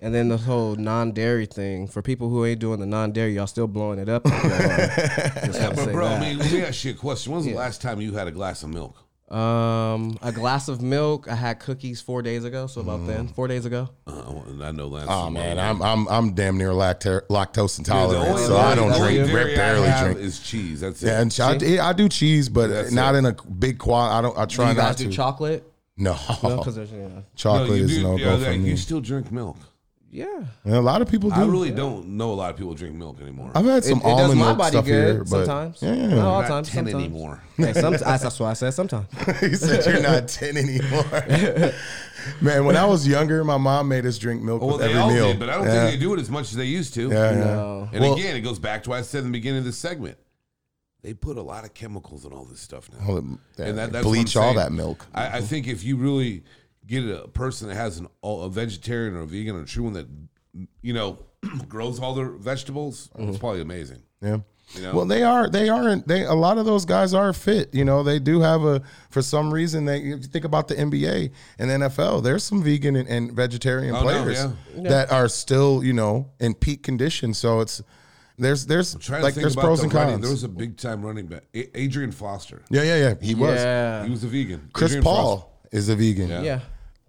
S3: And then the whole non-dairy thing for people who ain't doing the non-dairy, y'all still blowing it up. Just
S5: Yeah,
S3: gotta
S5: but
S3: say
S5: bro,
S3: that.
S5: I mean, let me ask you a question. When's the last time you had a glass of milk?
S3: um, a glass of milk. I had cookies four days ago. So
S2: Mm.
S3: about then, four days ago.
S5: Uh, I know last.
S2: oh man, I'm, I'm, I'm damn near lacta- lactose intolerant.
S5: only-
S2: so I don't
S5: the only
S2: drink,
S5: dairy I
S2: barely
S5: have
S2: drink.
S5: Is cheese? That's
S2: Yeah,
S5: it.
S2: and I, yeah, I do cheese, but
S5: That's
S2: not
S5: it.
S2: in a big quad. I don't. I
S3: Do
S2: try
S3: you guys
S2: not
S3: do
S2: to. Oh.
S3: chocolate?
S2: no,
S3: No, because there's you know,
S2: chocolate
S5: you
S2: is
S5: do-
S2: no
S5: yeah,
S2: go for
S5: like,
S2: me.
S5: You still drink milk?
S3: yeah.
S2: And a lot of people do.
S5: I really don't know a lot of people drink milk anymore.
S2: I've had
S3: It,
S2: some
S3: it does
S2: almond
S3: my
S2: milk
S3: body
S2: stuff
S3: good
S2: here, but
S3: sometimes.
S2: Yeah,
S3: Not all
S5: I'm not
S3: times.
S5: ten
S3: Sometimes.
S5: anymore.
S3: Hey, some, that's why I said sometimes.
S2: he said you're not ten anymore. Man, when I was younger, my mom made us drink milk
S5: Well,
S2: with
S5: they
S2: every
S5: all
S2: meal.
S5: did, but I don't
S2: yeah.
S5: think they do it as much as they used to.
S2: Yeah, yeah.
S3: No.
S5: And again, it goes back to what I said in the beginning of this segment. They put a lot of chemicals in all this stuff now.
S2: All the-
S5: and that, that's what
S2: Oh, bleach
S5: I'm
S2: all
S5: saying.
S2: that milk.
S5: I, I think if you really get a person that has an all- a vegetarian or a vegan or a true one that you know grows all their vegetables,
S2: Mm-hmm.
S5: it's probably amazing.
S2: Yeah.
S5: know?
S2: Well, they are. They aren't. They a lot of those guys are fit. You know, they do have a. For some reason, they if you think about the NBA and NFL. There's some vegan and, and vegetarian
S5: Oh, no,
S2: players
S5: yeah.
S2: that are still, you know, in peak condition. So it's there's there's
S5: Trying to
S2: like
S5: think
S2: there's
S5: about
S2: pros
S5: the
S2: and
S5: running-
S2: cons.
S5: There was a big time running back, A- Adrian Foster.
S2: yeah, yeah, yeah. He was.
S3: Yeah.
S5: He was a vegan.
S2: Chris
S5: Adrian
S2: Paul
S5: Foster.
S2: is a vegan.
S5: Yeah.
S3: Yeah.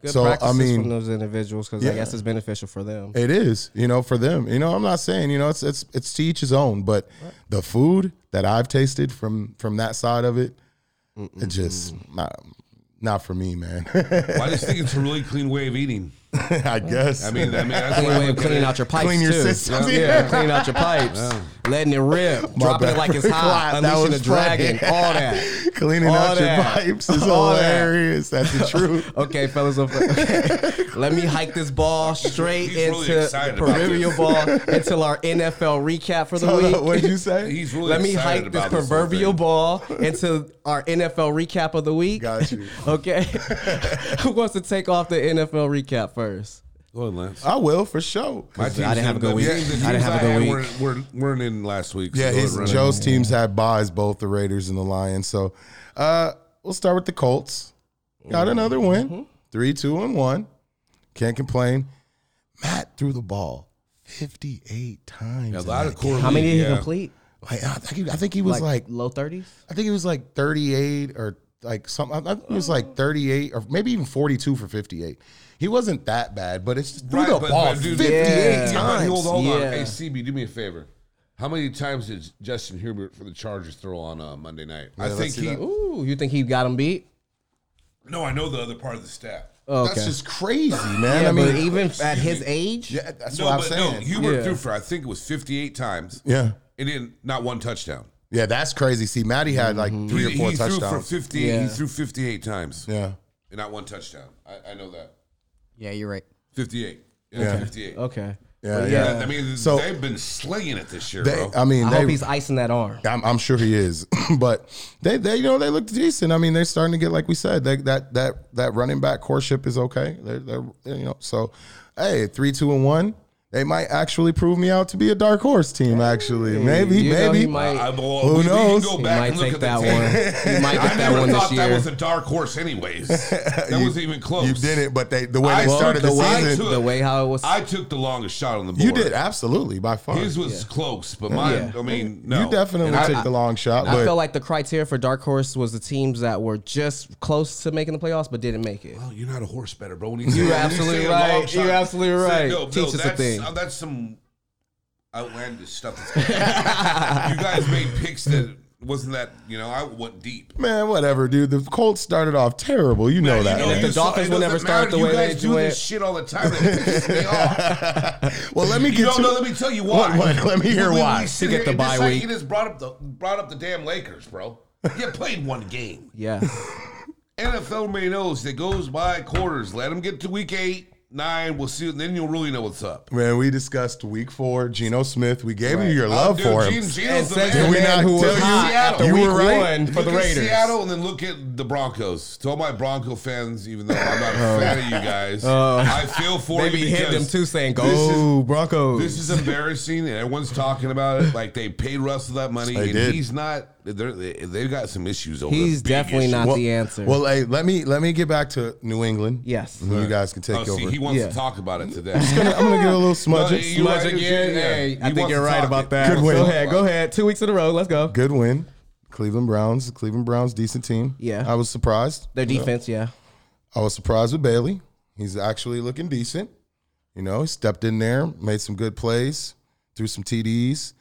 S3: Good
S2: So, I
S3: practices
S2: mean-
S3: from those individuals because I guess it's beneficial for them.
S2: It is, you know, for them. You know, I'm not saying, you know, it's it's it's to each his own, but the food that I've tasted from from that side of it, it just not not for me, man.
S5: Well, I just think it's a really clean way of eating.
S2: I guess.
S5: I mean, I mean, that's
S3: Clean
S5: why I
S3: way of
S5: look at
S3: cleaning
S5: it.
S3: out your pipes
S2: Clean your
S3: too.
S2: systems,
S3: Yeah,
S2: yeah.
S3: cleaning out your pipes, letting it rip, dropping
S2: bad.
S3: it like it's hot,
S2: That
S3: unleashing a
S2: was
S3: dragon,
S2: funny.
S3: all that.
S2: cleaning
S3: All
S2: out
S3: that.
S2: your pipes is
S3: All that.
S2: hilarious. That's the truth.
S3: Okay, fellas, okay. let me hike this ball straight
S5: He's really
S3: into
S5: excited about
S3: proverbial ball until our NFL recap for the
S2: Hold
S3: week.
S2: up, What'd you say?
S5: He's really
S3: Let me
S5: excited
S3: hike this
S5: about whole
S3: proverbial
S5: thing.
S3: ball into our NFL recap of the week.
S2: Got you.
S3: Okay. Who wants to take off the NFL recap first?
S5: Go ahead, Lance.
S2: I will for sure.
S5: My team's
S3: didn't have a good
S5: the
S3: week.
S5: teams- the
S3: I
S5: teams
S3: didn't have a good
S5: had
S3: week.
S5: weren't- weren't- weren't in last week. so go
S2: Yeah,
S5: ahead,
S2: his
S5: Renan.
S2: Joe's teams had buys, both the Raiders and the Lions. So uh, we'll start with the Colts. Got
S5: Mm-hmm.
S2: another win. Three, two, and one. Can't complain. Matt threw the ball 58 times.
S5: Yeah, a
S2: in
S5: lot
S2: that
S5: of core.
S3: How many did
S5: yeah.
S3: he complete?
S2: game. Like, I, think he, I think he was like,
S3: low thirties.
S2: I think he was like 38 or like something. I think he was like 38 or maybe even 42 for 58. He wasn't that bad, but it's just threw
S5: Right,
S2: the
S5: but-
S2: ball
S5: but dude,
S2: 58
S5: Yeah,
S3: Yeah.
S5: but
S2: times.
S5: hold, hold on.
S3: Yeah.
S5: Hey, CB, do me a favor. How many times did Justin Herbert for the Chargers throw on uh, Monday night? I think he.
S3: Ooh, you think he got him beat?
S5: No, I know the other part of the stat.
S3: Okay.
S2: That's just crazy, man.
S3: yeah,
S2: I mean,
S3: but even at his
S5: me.
S3: age,
S2: yeah, that's
S5: no,
S2: what I'm
S5: but
S2: saying.
S5: no, Hubert
S3: Yeah.
S5: threw for I think it was 58 times.
S2: yeah.
S5: and then not one touchdown.
S2: Yeah, that's crazy. See, Maddie had like three
S5: Mm-hmm. he,
S2: or four
S5: he
S2: touchdowns.
S5: threw for 58. He
S3: Yeah.
S5: threw 58 times
S2: yeah.
S5: and not one touchdown. I, I know that.
S6: Yeah, you're right.
S5: 58. Yeah, 58.
S3: okay.
S2: Yeah,
S3: But
S2: yeah.
S5: I mean,
S2: So-
S5: they've been slinging it this year,
S2: They, uh,
S5: bro.
S2: I mean,
S3: I
S2: they,
S3: hope he's icing that arm.
S2: I'm, I'm sure he is, but they, they, you know, they looked decent. I mean, they're starting to get, like we said, they, that that that running back coreship is okay. They're, they're, you know, so hey, three, two, and one. They might actually prove me out to be a dark horse team. Actually, maybe,
S3: You know,
S2: maybe.
S3: he might,
S5: I, well,
S2: Who
S5: we- we can
S2: knows?
S5: go
S3: he
S5: back
S3: might
S5: and look
S3: take
S5: at the
S3: that
S5: tape.
S3: one. He might
S5: I
S3: get that
S5: never
S3: one
S5: thought
S3: this
S5: that
S3: year.
S5: was a dark horse, anyways. That wasn't even close.
S2: you did it, but they the way
S5: I
S2: they
S5: took
S2: started the
S5: the way
S2: season,
S5: to-
S3: the way how it was.
S5: I took the longest shot on the board.
S2: you did absolutely by far.
S5: His was close, but mine.
S3: Yeah.
S5: I mean, no.
S2: you definitely
S5: And I-
S2: took the long shot,
S3: I
S2: but
S3: felt like the criteria for dark horse was the teams that were just close to making the playoffs but didn't make it.
S5: Oh, you're not a horse better, bro. When you say-
S3: You're
S5: when you
S3: absolutely
S5: say a
S3: right.
S5: long shot,
S3: You're absolutely
S5: say,
S3: right.
S5: no, no,
S3: Teach us a
S5: that's-
S3: thing.
S5: uh, that's some outlandish stuff. That's you guys made picks that wasn't that. You know, I went deep.
S2: man, whatever, dude. The Colts started off terrible. You know that.
S5: You know,
S3: if the
S5: you saw-
S3: Dolphins
S5: it
S3: will
S5: doesn't
S3: never start
S5: matter.
S3: the way
S5: you
S3: they
S5: guys
S3: do
S5: do
S3: it.
S5: this shit all the time. It pisses me off.
S2: Well, let me
S5: You
S2: get
S5: don't
S2: to
S5: know. Let me tell you why.
S2: What- what- let me hear
S5: we,
S2: why.
S5: We sit
S3: To get
S5: here,
S3: the
S5: and
S3: bye
S5: just like
S3: week.
S5: You just brought up the brought up the damn Lakers, bro. You played one game.
S3: Yeah.
S5: NFL may knows that goes by quarters. Let them get to week eight, nine. We'll see. Then you'll really know what's up.
S2: Man, we discussed week four, Geno Smith. We gave you your love
S5: Oh, Dude,
S2: for him.
S5: Gene-
S3: And
S5: Geno's the
S3: said
S5: man.
S3: the
S2: we
S3: man
S2: not
S3: who
S2: tell
S3: was
S2: you
S3: hot
S5: Seattle?
S3: after
S5: You
S3: week
S2: were right.
S3: one for
S5: Look
S3: the
S5: at
S3: Raiders.
S5: Seattle, and then look at the Broncos. To all my Bronco fans, even though I'm not a fan of you guys, I feel for
S3: Oh. They
S5: you
S3: be hitting them
S5: because
S3: too, saying
S5: this is-
S3: "Go Broncos."
S5: This is embarrassing, and everyone's talking about it. Like they paid Russell that money,
S2: They
S5: and
S2: did.
S5: he's not. They're, they they've got some issues over.
S3: He's
S5: big
S3: definitely
S5: issues.
S3: not the answer.
S2: Well, hey, let me let me get back to New England.
S3: yes.
S2: You guys can take
S5: Oh,
S2: over.
S5: see, he wants
S3: Yeah.
S5: to talk about it today.
S2: I'm gonna give a little smudge.
S5: No, you-
S3: Smudge
S5: right.
S3: again.
S5: Yeah.
S3: Hey,
S5: He
S3: I think
S5: wants
S3: you're
S5: to
S3: right
S5: talk
S3: about
S5: it.
S3: that.
S2: Good win.
S3: Go ahead. Go ahead. Two weeks in a row. Let's go.
S2: Good win. Cleveland Browns. Cleveland Browns, decent team.
S3: Yeah.
S2: I was surprised.
S3: Their defense, yeah.
S2: I was surprised with Bailey. He's actually looking decent. You know, he stepped in there, made some good plays, threw some TDs.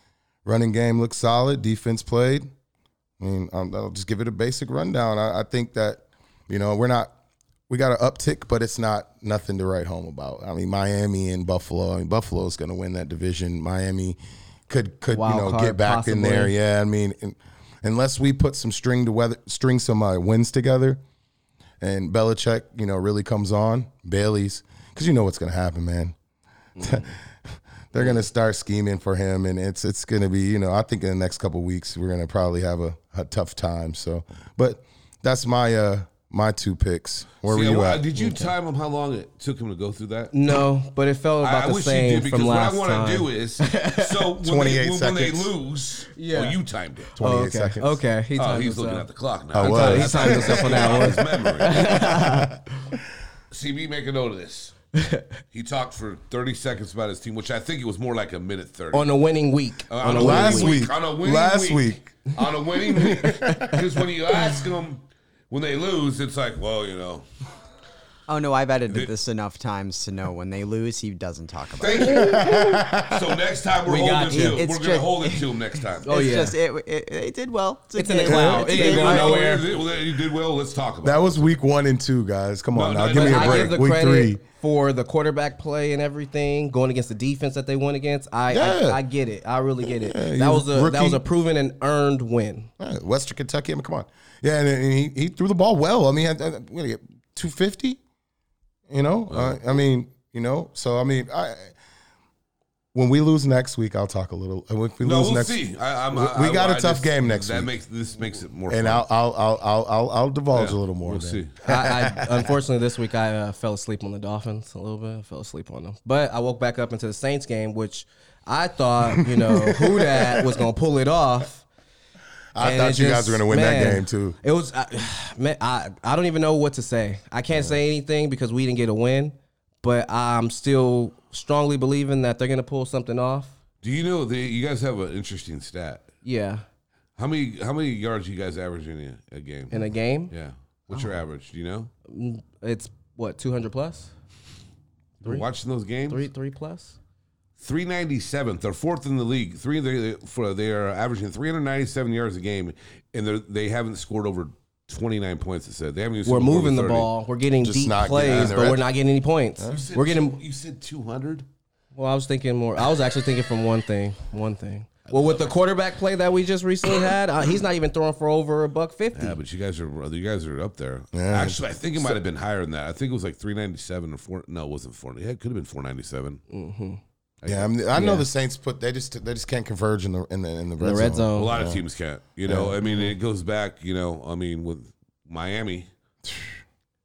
S2: Running game looked solid. Defense played. I mean, um, I'll just give it a basic rundown. I, I think that, you know, we're not, we got an uptick, but it's not nothing to write home about. I mean, Miami and Buffalo. I mean, Buffalo's going to win that division. Miami could could
S3: Wild
S2: you know
S3: card,
S2: get back in there.
S3: possibly.
S2: Yeah, I mean, and- unless we put some string to weather, string some uh, wins together, and Belichick, you know, really comes on Bailey's because you know what's going to happen, man. They're going to start scheming for him, and it's it's going to be you know I think in the next couple weeks we're going to probably have a, a tough time. So, but that's my uh my two picks. Where
S5: See,
S2: were you
S5: I-
S2: at?
S5: Did you time him how long it took him to go through that?
S3: No, but it felt about
S5: I, I
S3: the
S5: wish you
S3: same
S5: did because
S3: from
S5: what I
S3: last
S5: want
S3: time.
S5: to do is so when,
S2: 28
S5: they, when, when they
S2: seconds.
S5: lose,
S3: Yeah.
S5: yeah, well, you timed it.
S3: Oh,
S2: 28
S3: okay.
S2: seconds.
S3: Okay. He
S5: Oh,
S3: timed
S5: he's
S3: us
S5: looking
S3: out.
S5: at the clock now.
S2: I was.
S3: He timed himself on that one.
S5: His memory. CB, make a note of this. He talked for 30 seconds about his team, which I think it was more like a minute 30.
S3: on a winning week.
S5: Uh,
S3: on a
S5: winning
S2: last
S3: winning
S2: week.
S5: On a winning
S2: Last
S5: week.
S2: week.
S5: On a winning week. Because when you ask them when they lose, it's like, well, you know,
S6: Oh no, I've edited this enough times to know when they lose, he doesn't talk about. it.
S5: Thank you. so next time we're
S3: We got
S5: holding to
S6: it.
S5: him.
S6: It's
S5: We're gonna
S6: just-
S5: hold it to him next time.
S3: Oh,
S6: it's
S3: yeah.
S6: just it, it, it did well. It's,
S3: It's an allow. It ain't going
S5: Well,
S3: nowhere.
S5: you did- well, you did well. Let's talk about
S2: That
S5: it.
S2: was week one and two, guys. Come on
S5: No,
S2: now,
S5: no,
S2: give me
S5: no,
S2: a
S5: I
S3: I
S2: break.
S3: give the
S2: week
S3: credit
S2: three.
S3: for the quarterback play and everything going against the defense that they went against. I
S2: Yeah.
S3: I, I get it. I really get it.
S2: Yeah,
S3: that
S2: you
S3: was a that
S2: rookie.
S3: was a proven and earned win.
S2: Yeah, Western Kentucky. I mean, come on. Yeah, and, and he, he threw the ball well. I mean, I, I, what do you get? 250? You know? Uh, I mean, you know? So, I mean, I. When we lose next week, I'll talk a little. And if we
S5: No,
S2: lose
S5: we'll
S2: next,
S5: see. I, I'm,
S2: we,
S5: I-
S2: we
S5: I-
S2: got a
S5: I
S2: tough
S5: just-
S2: game next
S5: That
S2: week,
S5: makes this makes it more. fun.
S2: and I'll I'll I'll I'll I'll, I'll divulge a little more.
S5: we'll
S2: then.
S5: see.
S3: I, I unfortunately this week I uh, fell asleep on the Dolphins a little bit. I fell asleep on them, but I woke back up into the Saints game, which I thought you know who that was gonna pull it off.
S2: I
S3: And
S2: thought
S3: it
S2: you guys
S3: just-
S2: were going to win that
S3: man,
S2: game too.
S3: It was, I, man. I I don't even know what to say. I can't say anything because we didn't get a win, but I'm still strongly believing that they're gonna pull something off.
S5: Do you know they, you guys have an interesting stat?
S3: Yeah,
S5: How many how many yards you guys average in a, a game?
S3: in a game,
S5: yeah. What's your average? Do you know?
S3: it's what 200 plus,
S5: Watching those games,
S3: three three plus.
S5: three ninety seventh. They're fourth in the league. Three they for they are averaging three hundred ninety seven yards a game, and they they haven't scored over twenty nine points. It said they haven't. Even
S3: We're
S5: scored over
S3: moving the
S5: 30.
S3: ball. We're getting
S2: Just
S3: deep
S2: not getting in
S3: plays,
S2: the
S3: but
S2: red-
S3: we're not getting any points.
S5: You said
S3: We're getting.
S5: two- You said two hundred.
S3: Well, I was thinking more. I was actually thinking from one thing. One thing. Well, with the quarterback play that we just recently had, uh, he's not even throwing for over a buck fifty.
S5: Yeah, but you guys are you guys are up there.
S2: Yeah.
S5: Actually, I think it might have been higher than that. I think it was like three ninety seven or four. No, it wasn't four. Yeah, it could have been four ninety seven.
S2: Yeah, I, mean, I know the Saints put they just they just can't converge in the in the in the red,
S3: the red zone.
S5: A lot of teams can't. You know, I mean, it goes back. You know, I mean, with Miami.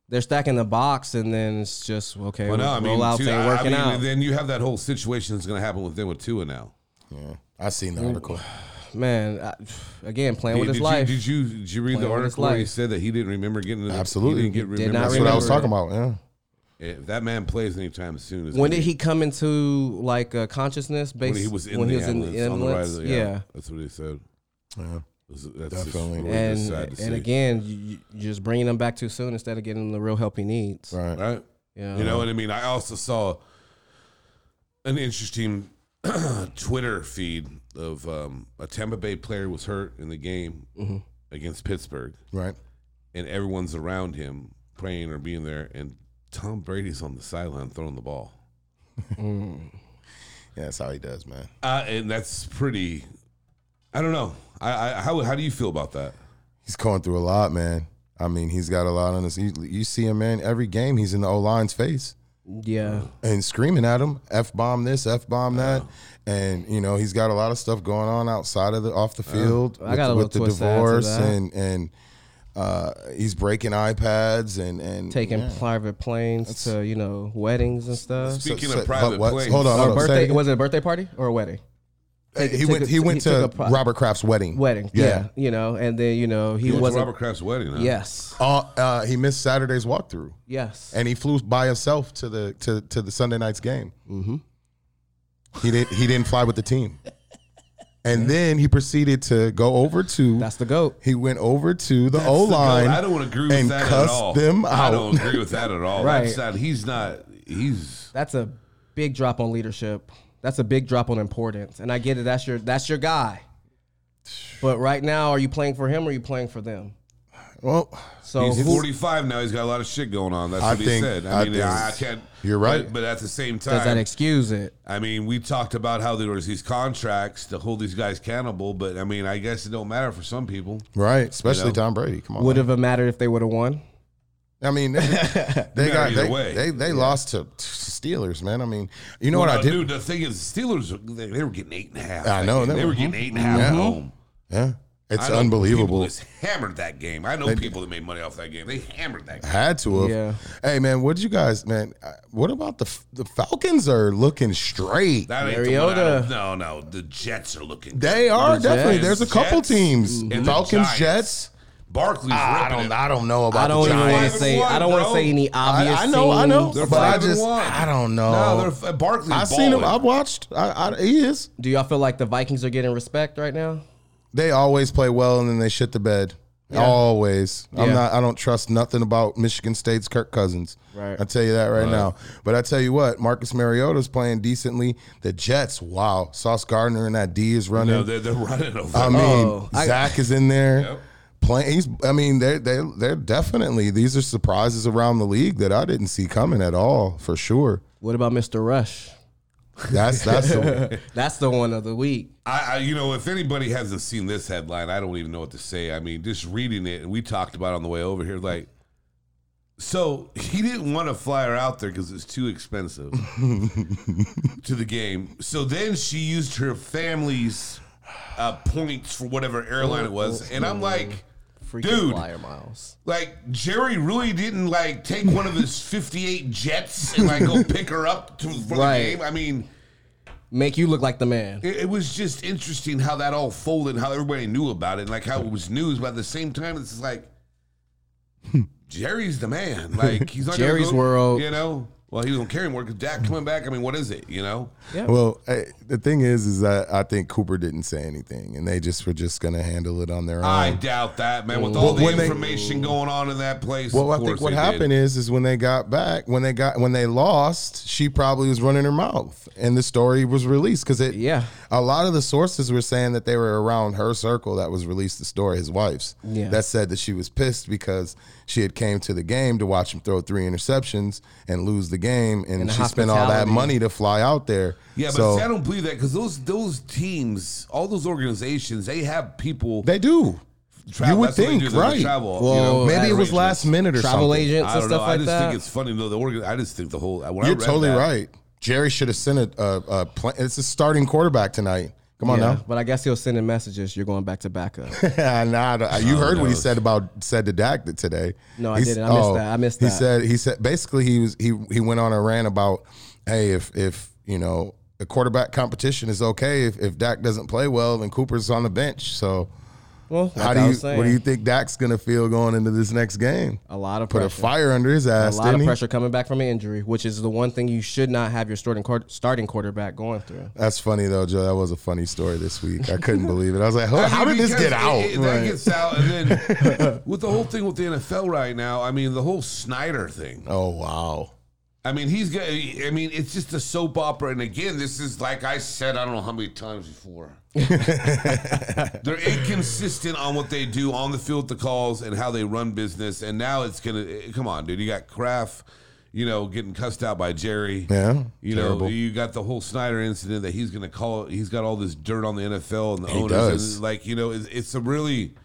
S3: they're stacking the box, and then it's just okay.
S5: Well, no, I mean,
S3: rollouts
S5: too,
S3: ain't
S5: I-
S3: working
S5: I mean,
S3: out.
S5: Then you have that whole situation that's going to happen with them with Tua now.
S2: Yeah, Mm. I seen the article.
S3: Man, I, again, playing with
S5: did,
S3: his
S5: you,
S3: life.
S5: did you did you read
S3: Playing
S5: the
S3: with his
S5: article where he
S3: life.
S5: said that he didn't remember getting to the,
S2: Absolutely.
S5: he didn't get
S3: Did not
S5: remember-
S2: That's what I was talking
S3: remember
S2: about. Yeah.
S5: If that man plays anytime soon, it's
S3: when
S5: gonna
S3: did
S5: be-
S3: he come into like uh, consciousness? Based
S5: When he was in
S3: when
S5: the
S3: he was in the
S5: ambulance on the ride
S3: ambulance?
S5: of the-
S3: yeah.
S5: that's what he said.
S2: Yeah.
S5: That's- that's just
S2: Definitely.
S5: really just
S3: And
S5: sad
S3: and
S5: to see.
S3: again, you, you just bringing them back too soon instead of getting them the real help he needs.
S2: Right.
S5: right?
S3: Yeah.
S5: You know what I mean? I also saw an interesting Twitter feed of um, a Tampa Bay player was hurt in the game
S3: Mm-hmm.
S5: against Pittsburgh,
S2: Right.
S5: and everyone's around him praying or being there, and Tom Brady's on the sideline throwing the ball.
S2: Yeah, that's how he does, man.
S5: Uh, and that's pretty. I don't know. I, I how how do you feel about that?
S2: He's going through a lot, man. I mean, he's got a lot on his. You, you see him, man. Every game, he's in the O line's face
S3: Yeah.
S2: and screaming at him, "F bomb this, F bomb that," and you know he's got a lot of stuff going on outside of the off the field
S3: I got a
S2: with, with the
S3: little twist to add to
S2: divorce
S3: that.
S2: and and uh, he's breaking iPads and and
S3: Taking
S2: yeah.
S3: private planes to you know weddings and stuff.
S2: So-
S5: Speaking
S2: so-
S5: of private
S2: but what-
S5: planes,
S2: Hold on,
S3: Or
S2: hold on. say it
S3: birthday
S2: again.
S3: was it a birthday party or a wedding?
S2: he
S3: took
S2: went.
S3: a-
S2: he went
S3: he took
S2: to
S3: a pro-
S2: Robert Kraft's wedding.
S3: Wedding. Yeah. You know, and then you know he
S5: It was
S3: wasn't.
S5: Robert Kraft's wedding. Huh?
S3: Yes.
S2: Uh, uh, he missed Saturday's walkthrough,
S3: Yes.
S2: and he flew by himself to the to, to the Sunday night's game.
S3: Mm-hmm.
S2: He didn't. He didn't fly with the team, and then he proceeded to go over to.
S3: That's the goat.
S2: he went over to the O
S5: That's the
S2: line.
S5: goat. I don't agree with
S2: and
S5: that at
S2: cussed
S5: all.
S2: them
S5: I
S2: out.
S5: don't agree with that at all.
S3: Right.
S5: That's not, he's not. He's
S3: That's a big drop on leadership. That's a big drop on importance. And I get it. That's your that's your guy. But right now, are you playing for him or are you playing for them?
S2: Well,
S3: So
S5: he's
S3: who-
S5: 45 now. He's got a lot of shit going on. That's
S2: I
S5: what he
S2: think-
S5: said.
S2: I
S5: I mean,
S2: think-
S5: I, I can't.
S2: You're right.
S5: But, but at the same time,
S3: does that excuse it?
S5: I mean, we talked about how there was these contracts to hold these guys accountable. But I mean, I guess it don't matter for some people.
S2: right, especially
S5: You know.
S2: Tom Brady. Come on,
S3: Would
S2: man.
S3: have mattered if they would have won?
S2: I mean, they, they got
S5: either
S2: they,
S5: way.
S2: they they lost to Steelers, man. I mean, you know what
S5: Well,
S2: I did?
S5: Dude, the thing is, Steelers they, they were getting eight and a half.
S2: I know,
S5: they,
S2: they
S5: were
S2: were-
S5: getting eight and a half
S2: Yeah.
S5: at home.
S2: Yeah, it's
S5: I know People
S2: unbelievable.
S5: just hammered that game. I know people that made money off that game. They hammered that game.
S2: Had to have.
S3: Yeah.
S2: Hey man, what did you guys man? uh, What about the the Falcons are looking straight?
S5: That ain't the one I
S3: Mariota.
S5: don't- No, no, the Jets are looking. good.
S2: They are definitely.
S5: Jets.
S2: There's a couple
S5: Jets
S2: teams.
S5: and the
S2: Falcons,
S5: Giants.
S2: Jets.
S5: Barkley's
S2: Ah, I
S5: ripping
S2: don't.
S5: it.
S2: I don't know about.
S3: I don't
S2: the
S3: even want
S2: Giants.
S3: to say. I don't want to
S5: bro.
S3: say any
S2: I,
S3: obvious.
S2: I know. I know.
S5: They're
S3: teams.
S2: but I
S5: five and
S2: just.
S5: one.
S2: I don't know.
S5: No, they're Barkley.
S2: I've seen him. I've watched. I, I, he is.
S3: Do y'all feel like the Vikings are getting respect right now?
S2: They always play well and then they shit the bed. Always. I'm
S3: Yeah.
S2: not I don't trust nothing about Michigan State's Kirk Cousins.
S3: Right.
S2: I tell you that right, now. But I tell you what, Marcus Mariota's playing decently. The Jets, wow. Sauce Gardner and that D is running.
S5: No, they're, they're running over.
S2: I mean,
S3: Oh, I-
S2: Zach is in there.
S5: Yep.
S2: Playing, he's, I mean, they're, they're, they're definitely, these are surprises around the league that I didn't see coming at all, for sure.
S3: What about Mr. Rush?
S2: That's, that's, the,
S3: That's the one of the week.
S5: I, I, you know, if anybody hasn't seen this headline, I don't even know what to say. I mean, just reading it, and we talked about it on the way over here, like, so he didn't want to fly her out there because it's too expensive to the game. So then she used her family's uh, points for whatever airline it was, and I'm like.
S3: Freaking
S5: Dude.
S3: flyer miles.
S5: Like Jerry really didn't like take one of his fifty-eight jets and like go pick her up to, for
S3: Right.
S5: the game. I mean,
S3: Make you look like the man.
S5: it, it was just interesting how that all folded, and how everybody knew about it, and like how it was news. But at the same time, it's just like Jerry's the man. Like he's not gonna
S3: Jerry's
S5: go-
S3: world.
S5: you know. Well, he don't care anymore because Dak coming back. I mean, what is it? You know,
S2: well, I, the thing is, is that I think Cooper didn't say anything and they just were just going to handle it on their own.
S5: I doubt that, man. With all
S2: But
S5: the
S2: when they-
S5: information going on in that place,
S2: Well,
S5: of
S2: I think
S5: course
S2: what
S5: they
S2: happened
S5: did.
S2: is, is when they got back, when they got, when they lost, she probably was running her mouth, and the story was released because it.
S3: Yeah.
S2: A lot of the sources were saying that they were around her circle that was released the story, his wife's.
S3: Yeah.
S2: That said that she was pissed because she had came to the game to watch him throw three interceptions and lose the game, and,
S3: And
S2: she spent all that
S3: hospitality.
S2: money to fly out there.
S5: Yeah, but
S2: so
S5: see, I don't believe that because those those teams, all those organizations, they have people.
S2: they do.
S5: travel.
S2: you would
S5: That's what they
S2: think,
S5: do, they
S2: right?
S5: travel, you
S3: Well,
S5: know,
S2: Maybe it was
S5: arrangements.
S2: last minute or
S3: Travel
S2: something.
S3: agents
S5: I
S3: and
S5: don't know.
S3: stuff
S5: I
S3: like
S5: just
S3: that.
S5: think it's funny though. The organ. I just think the whole. When I
S2: You're
S5: read
S2: totally
S5: that,
S2: right. Jerry should have sent a, a, a plan. It's a starting quarterback tonight. Come on
S3: Yeah,
S2: now.
S3: But I guess he'll send in messages. You're going back to backup.
S2: nah, I don't- you heard what he said about said to Dak that today.
S3: No, I
S2: He- oh,
S3: didn't. I missed that. I missed
S2: He
S3: that.
S2: said he said basically he was he he went on a rant about hey if if you know the quarterback competition is okay if if Dak doesn't play well then Cooper's on the bench. So
S3: Well, like
S2: how
S3: I
S2: do
S3: was
S2: you what do
S3: saying,
S2: you think Dak's gonna feel going into this next game?
S3: A lot of
S2: Put a
S3: pressure.
S2: fire under his
S3: A
S2: ass.
S3: lot
S2: didn't
S3: of
S2: he?
S3: pressure coming back from an injury, which is the one thing you should not have your starting quar- starting quarterback going through.
S2: That's funny though, Joe. That was a funny story this week. I couldn't believe it. I was like,
S5: I
S2: how,
S5: mean,
S2: how did this
S5: because
S2: get
S5: it-
S2: out?
S5: it- That gets out, and then with the whole thing with the NFL right now, I mean, the whole Snyder thing.
S2: Oh wow.
S5: I mean, he's got. I mean, it's just a soap opera. And again, this is like I said, I don't know how many times before. They're inconsistent on what they do on the field, the calls, and how they run business. And now it's gonna eh, come on, dude. You got Kraft, you know, getting cussed out by Jerry.
S2: Yeah,
S5: you know,
S2: terrible.
S5: you got the whole Snyder incident that he's gonna call. He's got all this dirt on the NFL and the
S2: He
S5: owners.
S2: does.
S5: And like you know, it's, it's a really.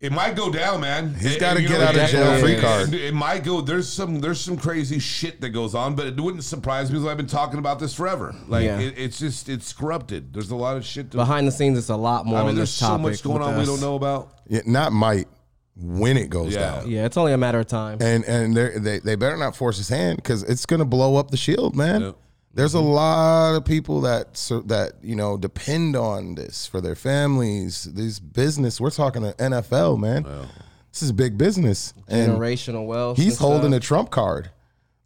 S5: It might go down, man.
S2: He's
S5: Eh,
S2: gotta
S5: you
S2: get
S5: know,
S2: out of
S5: it-
S2: jail
S5: it-
S2: free
S5: it-
S2: card.
S5: it might go. There's some there's some crazy shit that goes on, but it wouldn't surprise me because I've been talking about this forever. Like
S3: Yeah.
S5: it, it's just it's corrupted. There's a lot of shit. To,
S3: Behind the scenes, it's a lot more.
S5: I
S3: on
S5: mean, there's
S3: this
S5: so
S3: topic
S5: much going
S3: with
S5: on we
S3: us.
S5: don't know about.
S2: Yeah, not might when it goes
S5: Yeah.
S2: down.
S3: Yeah, it's only a matter of time.
S2: And and they're- they they better not force his hand because it's gonna blow up the shield, man.
S5: Yep. Mm-hmm.
S2: There's a lot of people that sur- that you know depend on this for their families, these business. We're talking the NFL, man. This is big business, and
S3: Generational wealth.
S2: he's
S3: and stuff.
S2: holding a trump card,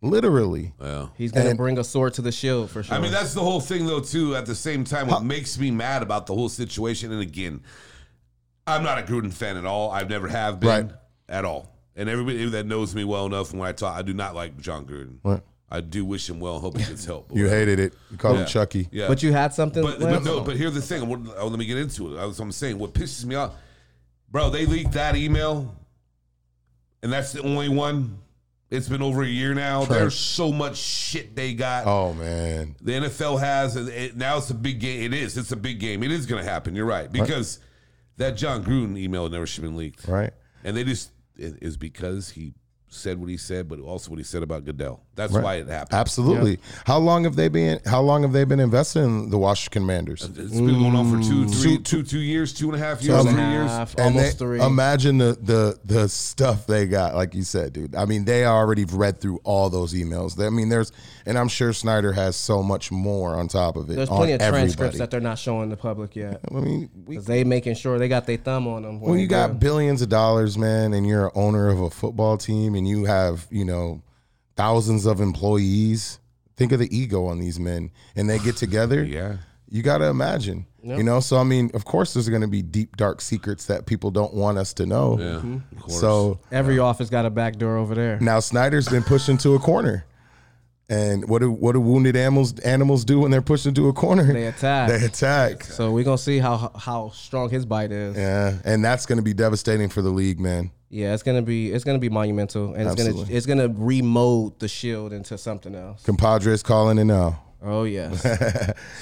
S2: literally.
S3: He's gonna
S2: and-
S3: bring a sword to the shield for sure.
S5: I mean, that's the whole thing, though. Too at the same time, what makes me mad about the whole situation, and again, I'm not a Gruden fan at all. I've never have been
S2: Right.
S5: at all. And everybody that knows me well enough, when I talk, I do not like John Gruden.
S2: Right.
S5: I do wish him well. and Hope he gets help.
S2: You hated it. You called
S5: Yeah.
S2: him Chucky.
S5: Yeah.
S3: but you had something.
S5: But, but
S3: Lance?
S5: no, but here's the thing. What, oh, let me get into it. That's what I'm saying. What pisses me off, bro, they leaked that email, and that's the only one. It's been over a year now.
S2: True.
S5: There's so much shit they got.
S2: Oh man,
S5: The NFL has, and it, now it's a big game. It is. It's a big game. It is going to happen. You're right. Because that John Gruden email never should have been leaked.
S2: right?
S5: And they just, it is because he said what he said, but also what he said about Goodell. That's why it happened.
S2: Absolutely. How long have they been? How long have they been invested in the Washington Commanders?
S5: It's been going on for two, three, two,
S2: Two-
S5: two years, two and a half years,
S2: and a
S5: three years.
S3: half,
S2: And they-
S3: almost three.
S2: Imagine the the the stuff they got, like you said, dude. I mean, they already read through all those emails. I mean, there's, and I'm sure Snyder has so much more on top of it.
S3: There's
S2: on
S3: plenty of transcripts
S2: everybody.
S3: that they're not showing the public yet.
S2: I mean, we,
S3: 'Cause they making sure they got their thumb on them.
S2: when you got billions of dollars, man, and you're an owner of a football team, and you have you know thousands of employees, think of the ego on these men, and they get together.
S5: Yeah.
S2: you got to imagine. You know, so I mean, of course, there's going to be deep, dark secrets that people don't want us to know.
S3: Mm-hmm.
S5: Of course.
S2: So
S3: Every office got a back door over there.
S2: now Snyder's been pushed into a corner. And what do what do wounded animals animals do when they're pushed into a corner?
S3: They attack.
S2: They attack.
S3: So we're gonna see how how strong his bite is. Yeah.
S2: Yeah, and that's going to be devastating for the league, man.
S3: it's gonna be it's gonna be monumental, and
S2: Absolutely.
S3: it's gonna it's gonna remold the shield into something else.
S2: Compadres calling in now.
S3: Oh yes.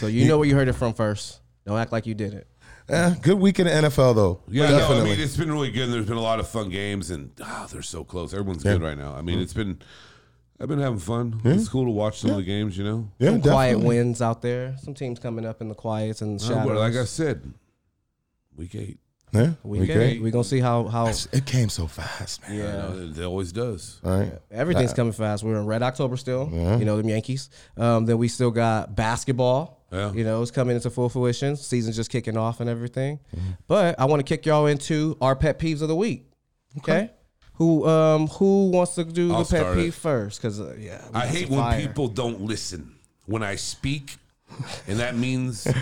S3: so you know where you heard it from first. Don't act like you did it.
S2: Eh, good week in the NFL though.
S5: Yeah, no, I mean it's been really good. and There's been a lot of fun games, and ah, they're so close. Everyone's good right now. I mean, it's been I've been having fun. It's cool to watch some of the games. You know,
S2: yeah,
S3: Some quiet
S2: definitely.
S3: wins out there. Some teams coming up in the quiets and
S5: Uh,
S3: shadows.
S5: but like I said, week eight.
S2: Yeah, we
S3: we we
S2: great.
S3: we gonna see how how
S2: It came so fast, man.
S5: You
S3: yeah.
S5: know, it, it always does.
S2: All right.
S3: Everything's coming fast. We're in Red October still. You know, them Yankees. Um, then we still got basketball.
S5: Yeah.
S3: You know, it's coming into full fruition. Season's just kicking off and everything.
S5: Mm-hmm.
S3: But I want to kick y'all into our pet peeves of the week. Okay. Who um who wants to do
S5: I'll
S3: the pet
S5: start it.
S3: peeve first? Because uh, yeah, we
S5: I
S3: got
S5: hate
S3: some
S5: when
S3: fire.
S5: people don't listen when I speak, and that means in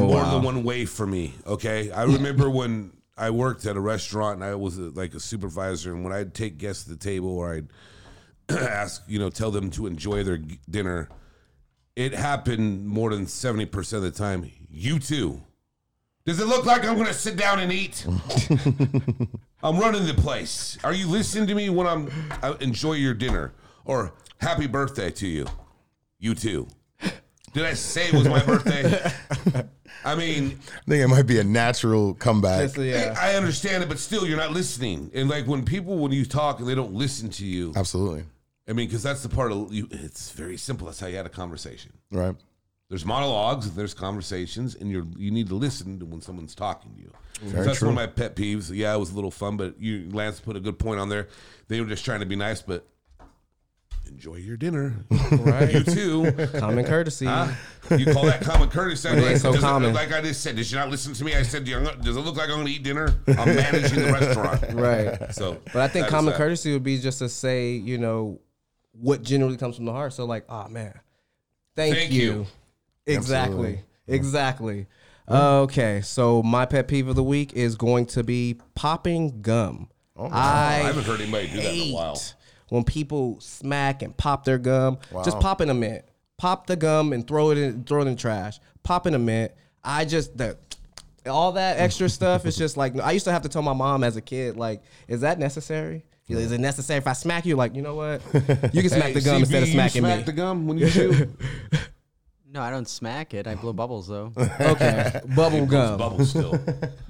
S5: more than one way for me. Okay, I remember when I worked at a restaurant and I was uh like a supervisor, and when I'd take guests to the table or I'd ask, you know, tell them to enjoy their g- dinner, it happened more than seventy percent of the time. You too. Does it look like I'm going to sit down and eat? I'm running the place. Are you listening to me when I'm I enjoy your dinner or happy birthday to you? You too. Did I say it was my birthday? I mean,
S2: I think it might be a natural comeback.
S3: So, yeah.
S5: I understand it, but still, you're not listening. And like when people, when you talk and they don't listen to you,
S2: Absolutely.
S5: I mean, because that's the part of you. It's very simple. That's how you had a conversation.
S2: Right.
S5: There's monologues, and there's conversations, and you are you need to listen to when someone's talking to you. So
S2: Very
S5: that's
S2: true.
S5: one of my pet peeves. Yeah, it was a little fun, but you Lance put a good point on there. They were just trying to be nice, but enjoy your dinner. right. You too.
S3: common courtesy.
S5: Huh? You call that common courtesy?
S3: it ain't so
S5: does it-
S3: common.
S5: like I just said, did you not listen to me? I said, "You're not- does it look like I'm going to eat dinner? I'm managing the restaurant.
S3: Right.
S5: So,
S3: But I think
S5: that is
S3: common
S5: that.
S3: courtesy would be just to say, you know, what generally comes from the heart. So like, oh man, thank,
S5: Thank
S3: you.
S5: you.
S3: Exactly. Exactly. Uh, Okay, so my pet peeve of the week is going to be popping gum. I,
S5: Oh, I haven't heard anybody do that in a while.
S3: hate when people smack and pop their gum. Just pop in a mint. Pop the gum and throw it in throw it in the trash. Pop in a mint. I just the all that extra stuff is just like I used to have to tell my mom as a kid, like, is that necessary? Is it necessary if I smack you? Like, you know what? You can smack
S5: Hey,
S3: the gum
S5: CB,
S3: instead of
S5: you
S3: smacking
S5: smack
S3: me.
S5: the gum when you chew.
S6: No, I don't smack it. I blow bubbles though.
S3: okay, bubble gum.
S5: Bubble still.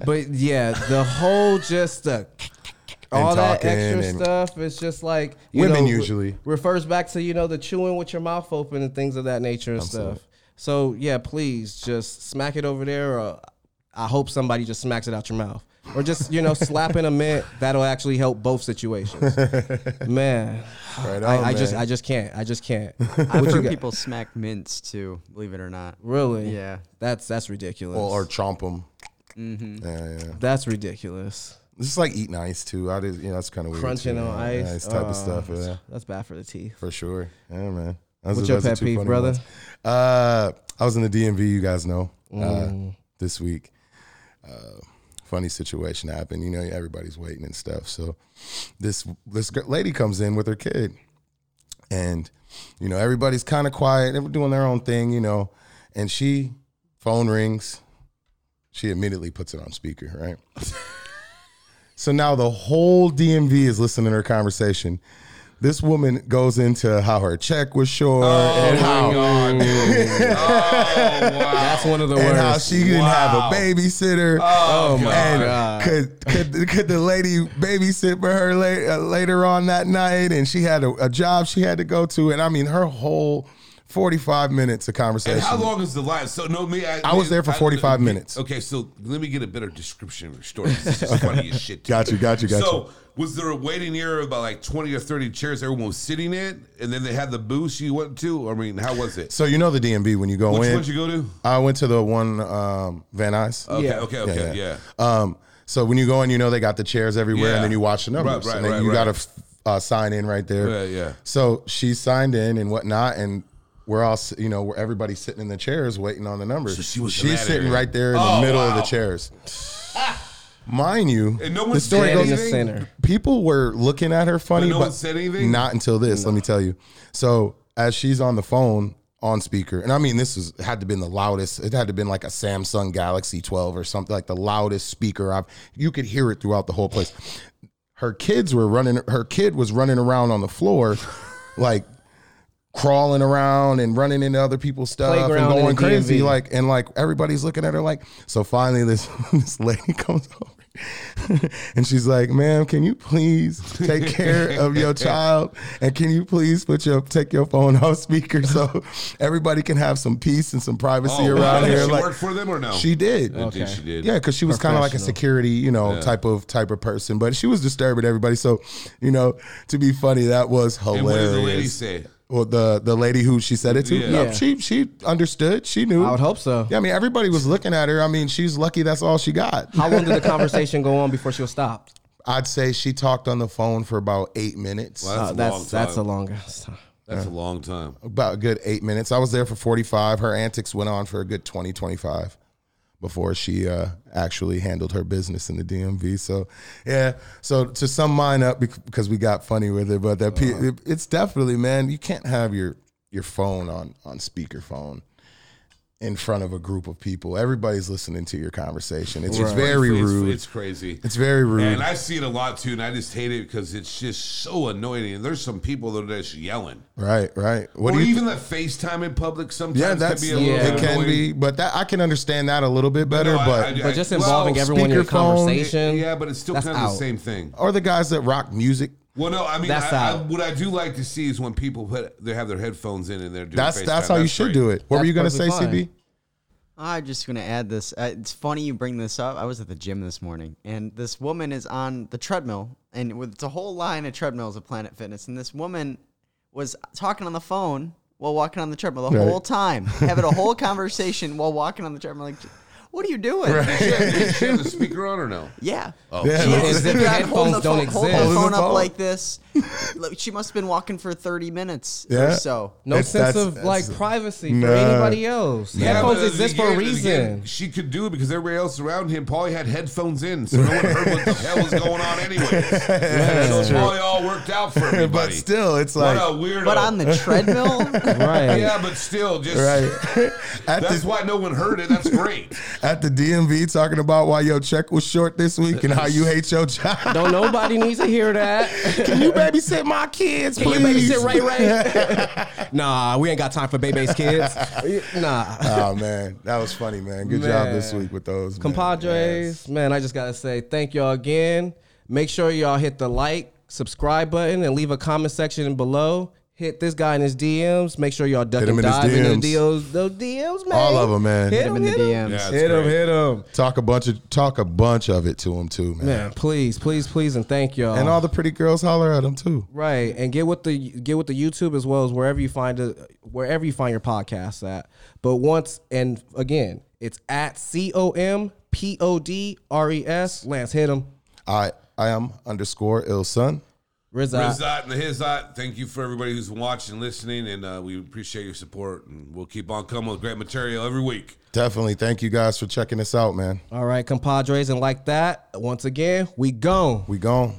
S3: But yeah, the whole just the all that
S2: talking
S3: extra
S2: and-
S3: stuff is just like you
S2: Women
S3: know,
S2: usually.
S3: refers back to you know the chewing with your mouth open and things of that nature and stuff. So yeah, please just smack it over there, or I hope somebody just smacks it out your mouth, or just you know slap in a mint. That'll actually help both situations. Man,
S2: Right on,
S3: I, I just
S2: Oh, man.
S3: I just can't I just can't.
S6: I've
S3: What you
S6: heard
S3: got?
S6: people smack mints too. Believe it or not.
S3: Really?
S6: Yeah.
S3: That's that's ridiculous.
S2: Well, or chomp them.
S3: Mm-hmm.
S2: Yeah, yeah.
S3: that's ridiculous.
S2: It's just like eating ice too. I did, you know, that's kind of weird.
S3: Crunching
S2: too,
S3: on
S2: yeah,
S3: ice.
S2: ice type
S3: Oh,
S2: of stuff. Yeah,
S3: That's bad for the teeth.
S2: for sure. Yeah, man. That's
S3: What's your
S2: those are
S3: pet
S2: two
S3: peeve,
S2: funny
S3: brother?
S2: ones. Uh, I was in the DMV. You guys know
S3: Mm.
S2: uh, this week. Uh, funny situation happened. You know, everybody's waiting and stuff. So this this gr- lady comes in with her kid, and you know everybody's kind of quiet. They're doing their own thing. You know, and she phone rings. She immediately puts it on speaker. Right. So now the whole DMV is listening to her conversation. This woman goes into how her check was short
S5: Oh,
S2: and how
S3: That's one of the
S2: and how
S3: worst.
S2: she didn't have a babysitter. Oh,
S5: God.
S2: and Could, could could the lady babysit for her la- uh, later on that night? And she had a, a job she had to go to, and I mean her whole forty five minutes of conversation.
S5: And how long is the line? So no, me. I,
S2: I was there for
S5: I-
S2: 45 minutes.
S5: Okay, so let me get a better description of your story. 'cause It's just funny as shit. to
S2: Got
S5: me.
S2: you, got you, got
S5: so, was there a waiting area of about like twenty or thirty chairs? Everyone was sitting in, and then they had the booth you went to. I mean, how was it?
S2: So you know the DMV when you go
S5: Which
S2: in.
S5: one did you go to?
S2: I went to the one um, Van Nuys.
S5: Okay,
S3: Yeah.
S5: okay, okay, yeah.
S2: Um, so when you go in, you know they got the chairs everywhere,
S5: Yeah.
S2: and then you watch the numbers,
S5: Right, right,
S2: and then
S5: right,
S2: you
S5: right.
S2: got to uh, sign in right there.
S5: Yeah, yeah.
S2: So she signed in and whatnot, and we're all s- you know where everybody's sitting in the chairs waiting on the numbers.
S5: So she was in
S2: she's
S5: that
S2: sitting
S5: area.
S2: right there in
S5: Oh,
S2: the middle of
S5: wow.
S2: the chairs. Mind you,
S5: And no
S2: the
S5: one
S2: story
S5: said
S2: goes.
S3: in the center.
S2: People were looking at her funny,
S5: But no
S2: but
S5: one said anything?
S2: Not until this. Let me tell you. So as she's on the phone on speaker, and I mean this was had to been the loudest. It had to been like a Samsung Galaxy 12 or something like the loudest speaker. I've you could hear it throughout the whole place. Her kids were running. Her kid was running around on the floor, like crawling around and running into other people's stuff
S3: Playground in
S2: and
S3: the
S2: going crazy.
S3: DMV.
S2: Like and like everybody's looking at her like. So finally, this this lady comes over and she's like, "Ma'am, can you please take care of your child and can you please put your take your phone off speaker so everybody can have some peace and some privacy
S5: Oh,
S2: around
S5: wow.
S2: here."
S5: Did she
S2: like
S5: work for them or no?
S2: she did.
S5: Did she- she did.
S2: Yeah, because she was kind of like a
S3: Professional.
S2: security, you know, type of type of person, but she was disturbing everybody. So, you know, to be funny, that was
S5: And
S2: hilarious.
S5: what did the lady say?
S2: Well, the the lady who she said it to,
S5: Yeah.
S2: no,
S3: Yeah.
S2: she she understood. She knew.
S3: I would hope so.
S2: Yeah, I mean, everybody was looking at her. I mean, she's lucky that's all she got.
S3: How long did the conversation go on before she was stopped?
S2: I'd say she talked on the phone for about eight minutes.
S5: Wow. That's
S3: Uh,
S5: a
S3: that's
S5: long
S3: that's a
S5: time.
S3: long ass time.
S5: That's a long time.
S2: About a good eight minutes. I was there for 45. Her antics went on for a good 20, 25 before she uh, actually handled her business in the DMV. So, yeah. So, to sum mine up, bec- because we got funny with it, but that pe-
S5: Uh-huh.
S2: it- it's definitely, man, you can't have your, your phone on, on speakerphone in front of a group of people. Everybody's listening to your conversation. It's very
S5: It's-
S2: rude.
S5: It's crazy.
S2: It's very rude.
S5: And I see it a lot too, and I just hate it because it's just so annoying. And there's some people that are just yelling,
S2: right, right. What
S5: or
S2: do you
S5: even the FaceTime in public sometimes
S2: yeah,
S5: can
S2: that's
S5: be a little
S3: yeah.
S2: it can
S5: annoying.
S2: be, but that I can understand that a little bit better.
S5: No, I-
S2: but
S5: I-
S3: But just
S5: Well,
S3: involving everyone in your
S2: speakerphone,
S3: conversation.
S5: yeah, but it's still
S3: that's
S5: kind of the
S3: out.
S5: same thing.
S2: or the guys that rock music.
S5: Well, no, I mean,
S3: That's
S5: I, I,
S3: out.
S5: what I do like to see is when people put they have their headphones in and they're doing
S2: That's
S5: FaceTime.
S2: that's how you should
S5: great.
S2: do it. What were
S3: That's
S2: you gonna say,
S3: perfectly
S2: CB?
S3: fine.
S6: I'm just gonna add this. Uh, it's funny you bring this up. I was at the gym this morning, and this woman is on the treadmill, and with, it's a whole line of treadmills at Planet Fitness, and this woman was talking on the phone while walking on the treadmill the
S2: Right.
S6: whole time, having a whole conversation while walking on the treadmill. Like, what are you doing?
S5: Did she have the speaker on or no?
S6: Yeah.
S2: Yeah,
S6: She
S2: that's-
S6: has
S3: As if
S6: the guy
S3: headphones
S6: holding the
S3: don't
S6: phone, holding the
S3: exist.
S6: phone up
S2: Phone.
S6: like this. Look, she must have been walking for 30 minutes
S2: Yeah.
S6: or so.
S3: No
S2: That's-
S3: sense
S2: that's-
S3: of
S2: that's-
S3: like privacy
S2: Nah.
S3: for anybody else. Headphones
S5: but
S3: exist for a
S5: again-
S3: reason.
S5: again, she could do it because everybody else around him probably had headphones in, so no one heard what the hell was going on anyways. so it probably all worked out for everybody.
S2: But still, it's
S5: what
S2: like
S5: a weirdo.
S6: But on the treadmill,
S3: Right.
S5: yeah, but still, just
S2: right at
S5: that's
S2: the
S5: why no one heard it. That's great.
S2: at the DMV talking about why your check was short this week and how you hate your job.
S3: Don't nobody needs to hear that.
S2: Can you babysit my kids,
S3: Can you
S2: please?
S3: babysit Ray Ray? nah, we ain't got time for Bebe's kids. Nah.
S2: oh man, that was funny, man. Good job this
S3: Man.
S2: week with those man.
S3: Compadres, man, I just gotta say thank y'all again. Make sure y'all hit the like, subscribe button, and leave a comment section below. Hit this guy in his DMs. Make sure y'all duck
S2: Hit him
S3: and
S2: in his
S3: dive into
S2: DMs.
S3: the DMs. Those DMs, man.
S2: All of 'em, man.
S3: Hit
S2: Hit
S3: him,
S6: in the
S3: hit 'em.
S6: DMs.
S5: Yeah,
S3: Hit him,
S5: great.
S3: hit him.
S2: Talk a bunch of talk a bunch of it to him too, man.
S3: Man, please, please, please, and thank y'all.
S2: And all the pretty girls holler at him too.
S3: Right, and get with the get with the YouTube as well as wherever you find a, wherever you find your podcast at. But once and again, it's at C O M P O D R E S. Lance, hit him.
S2: I I am underscore ill son.
S3: Rizza.
S5: Rizot and the Hizot, thank you for everybody who's watching, listening, and uh, we appreciate your support. And we'll keep on coming with great material every week.
S2: Definitely. Thank you guys for checking us out, man.
S3: All right, compadres, and like that. Once again, we gone.
S2: We gone.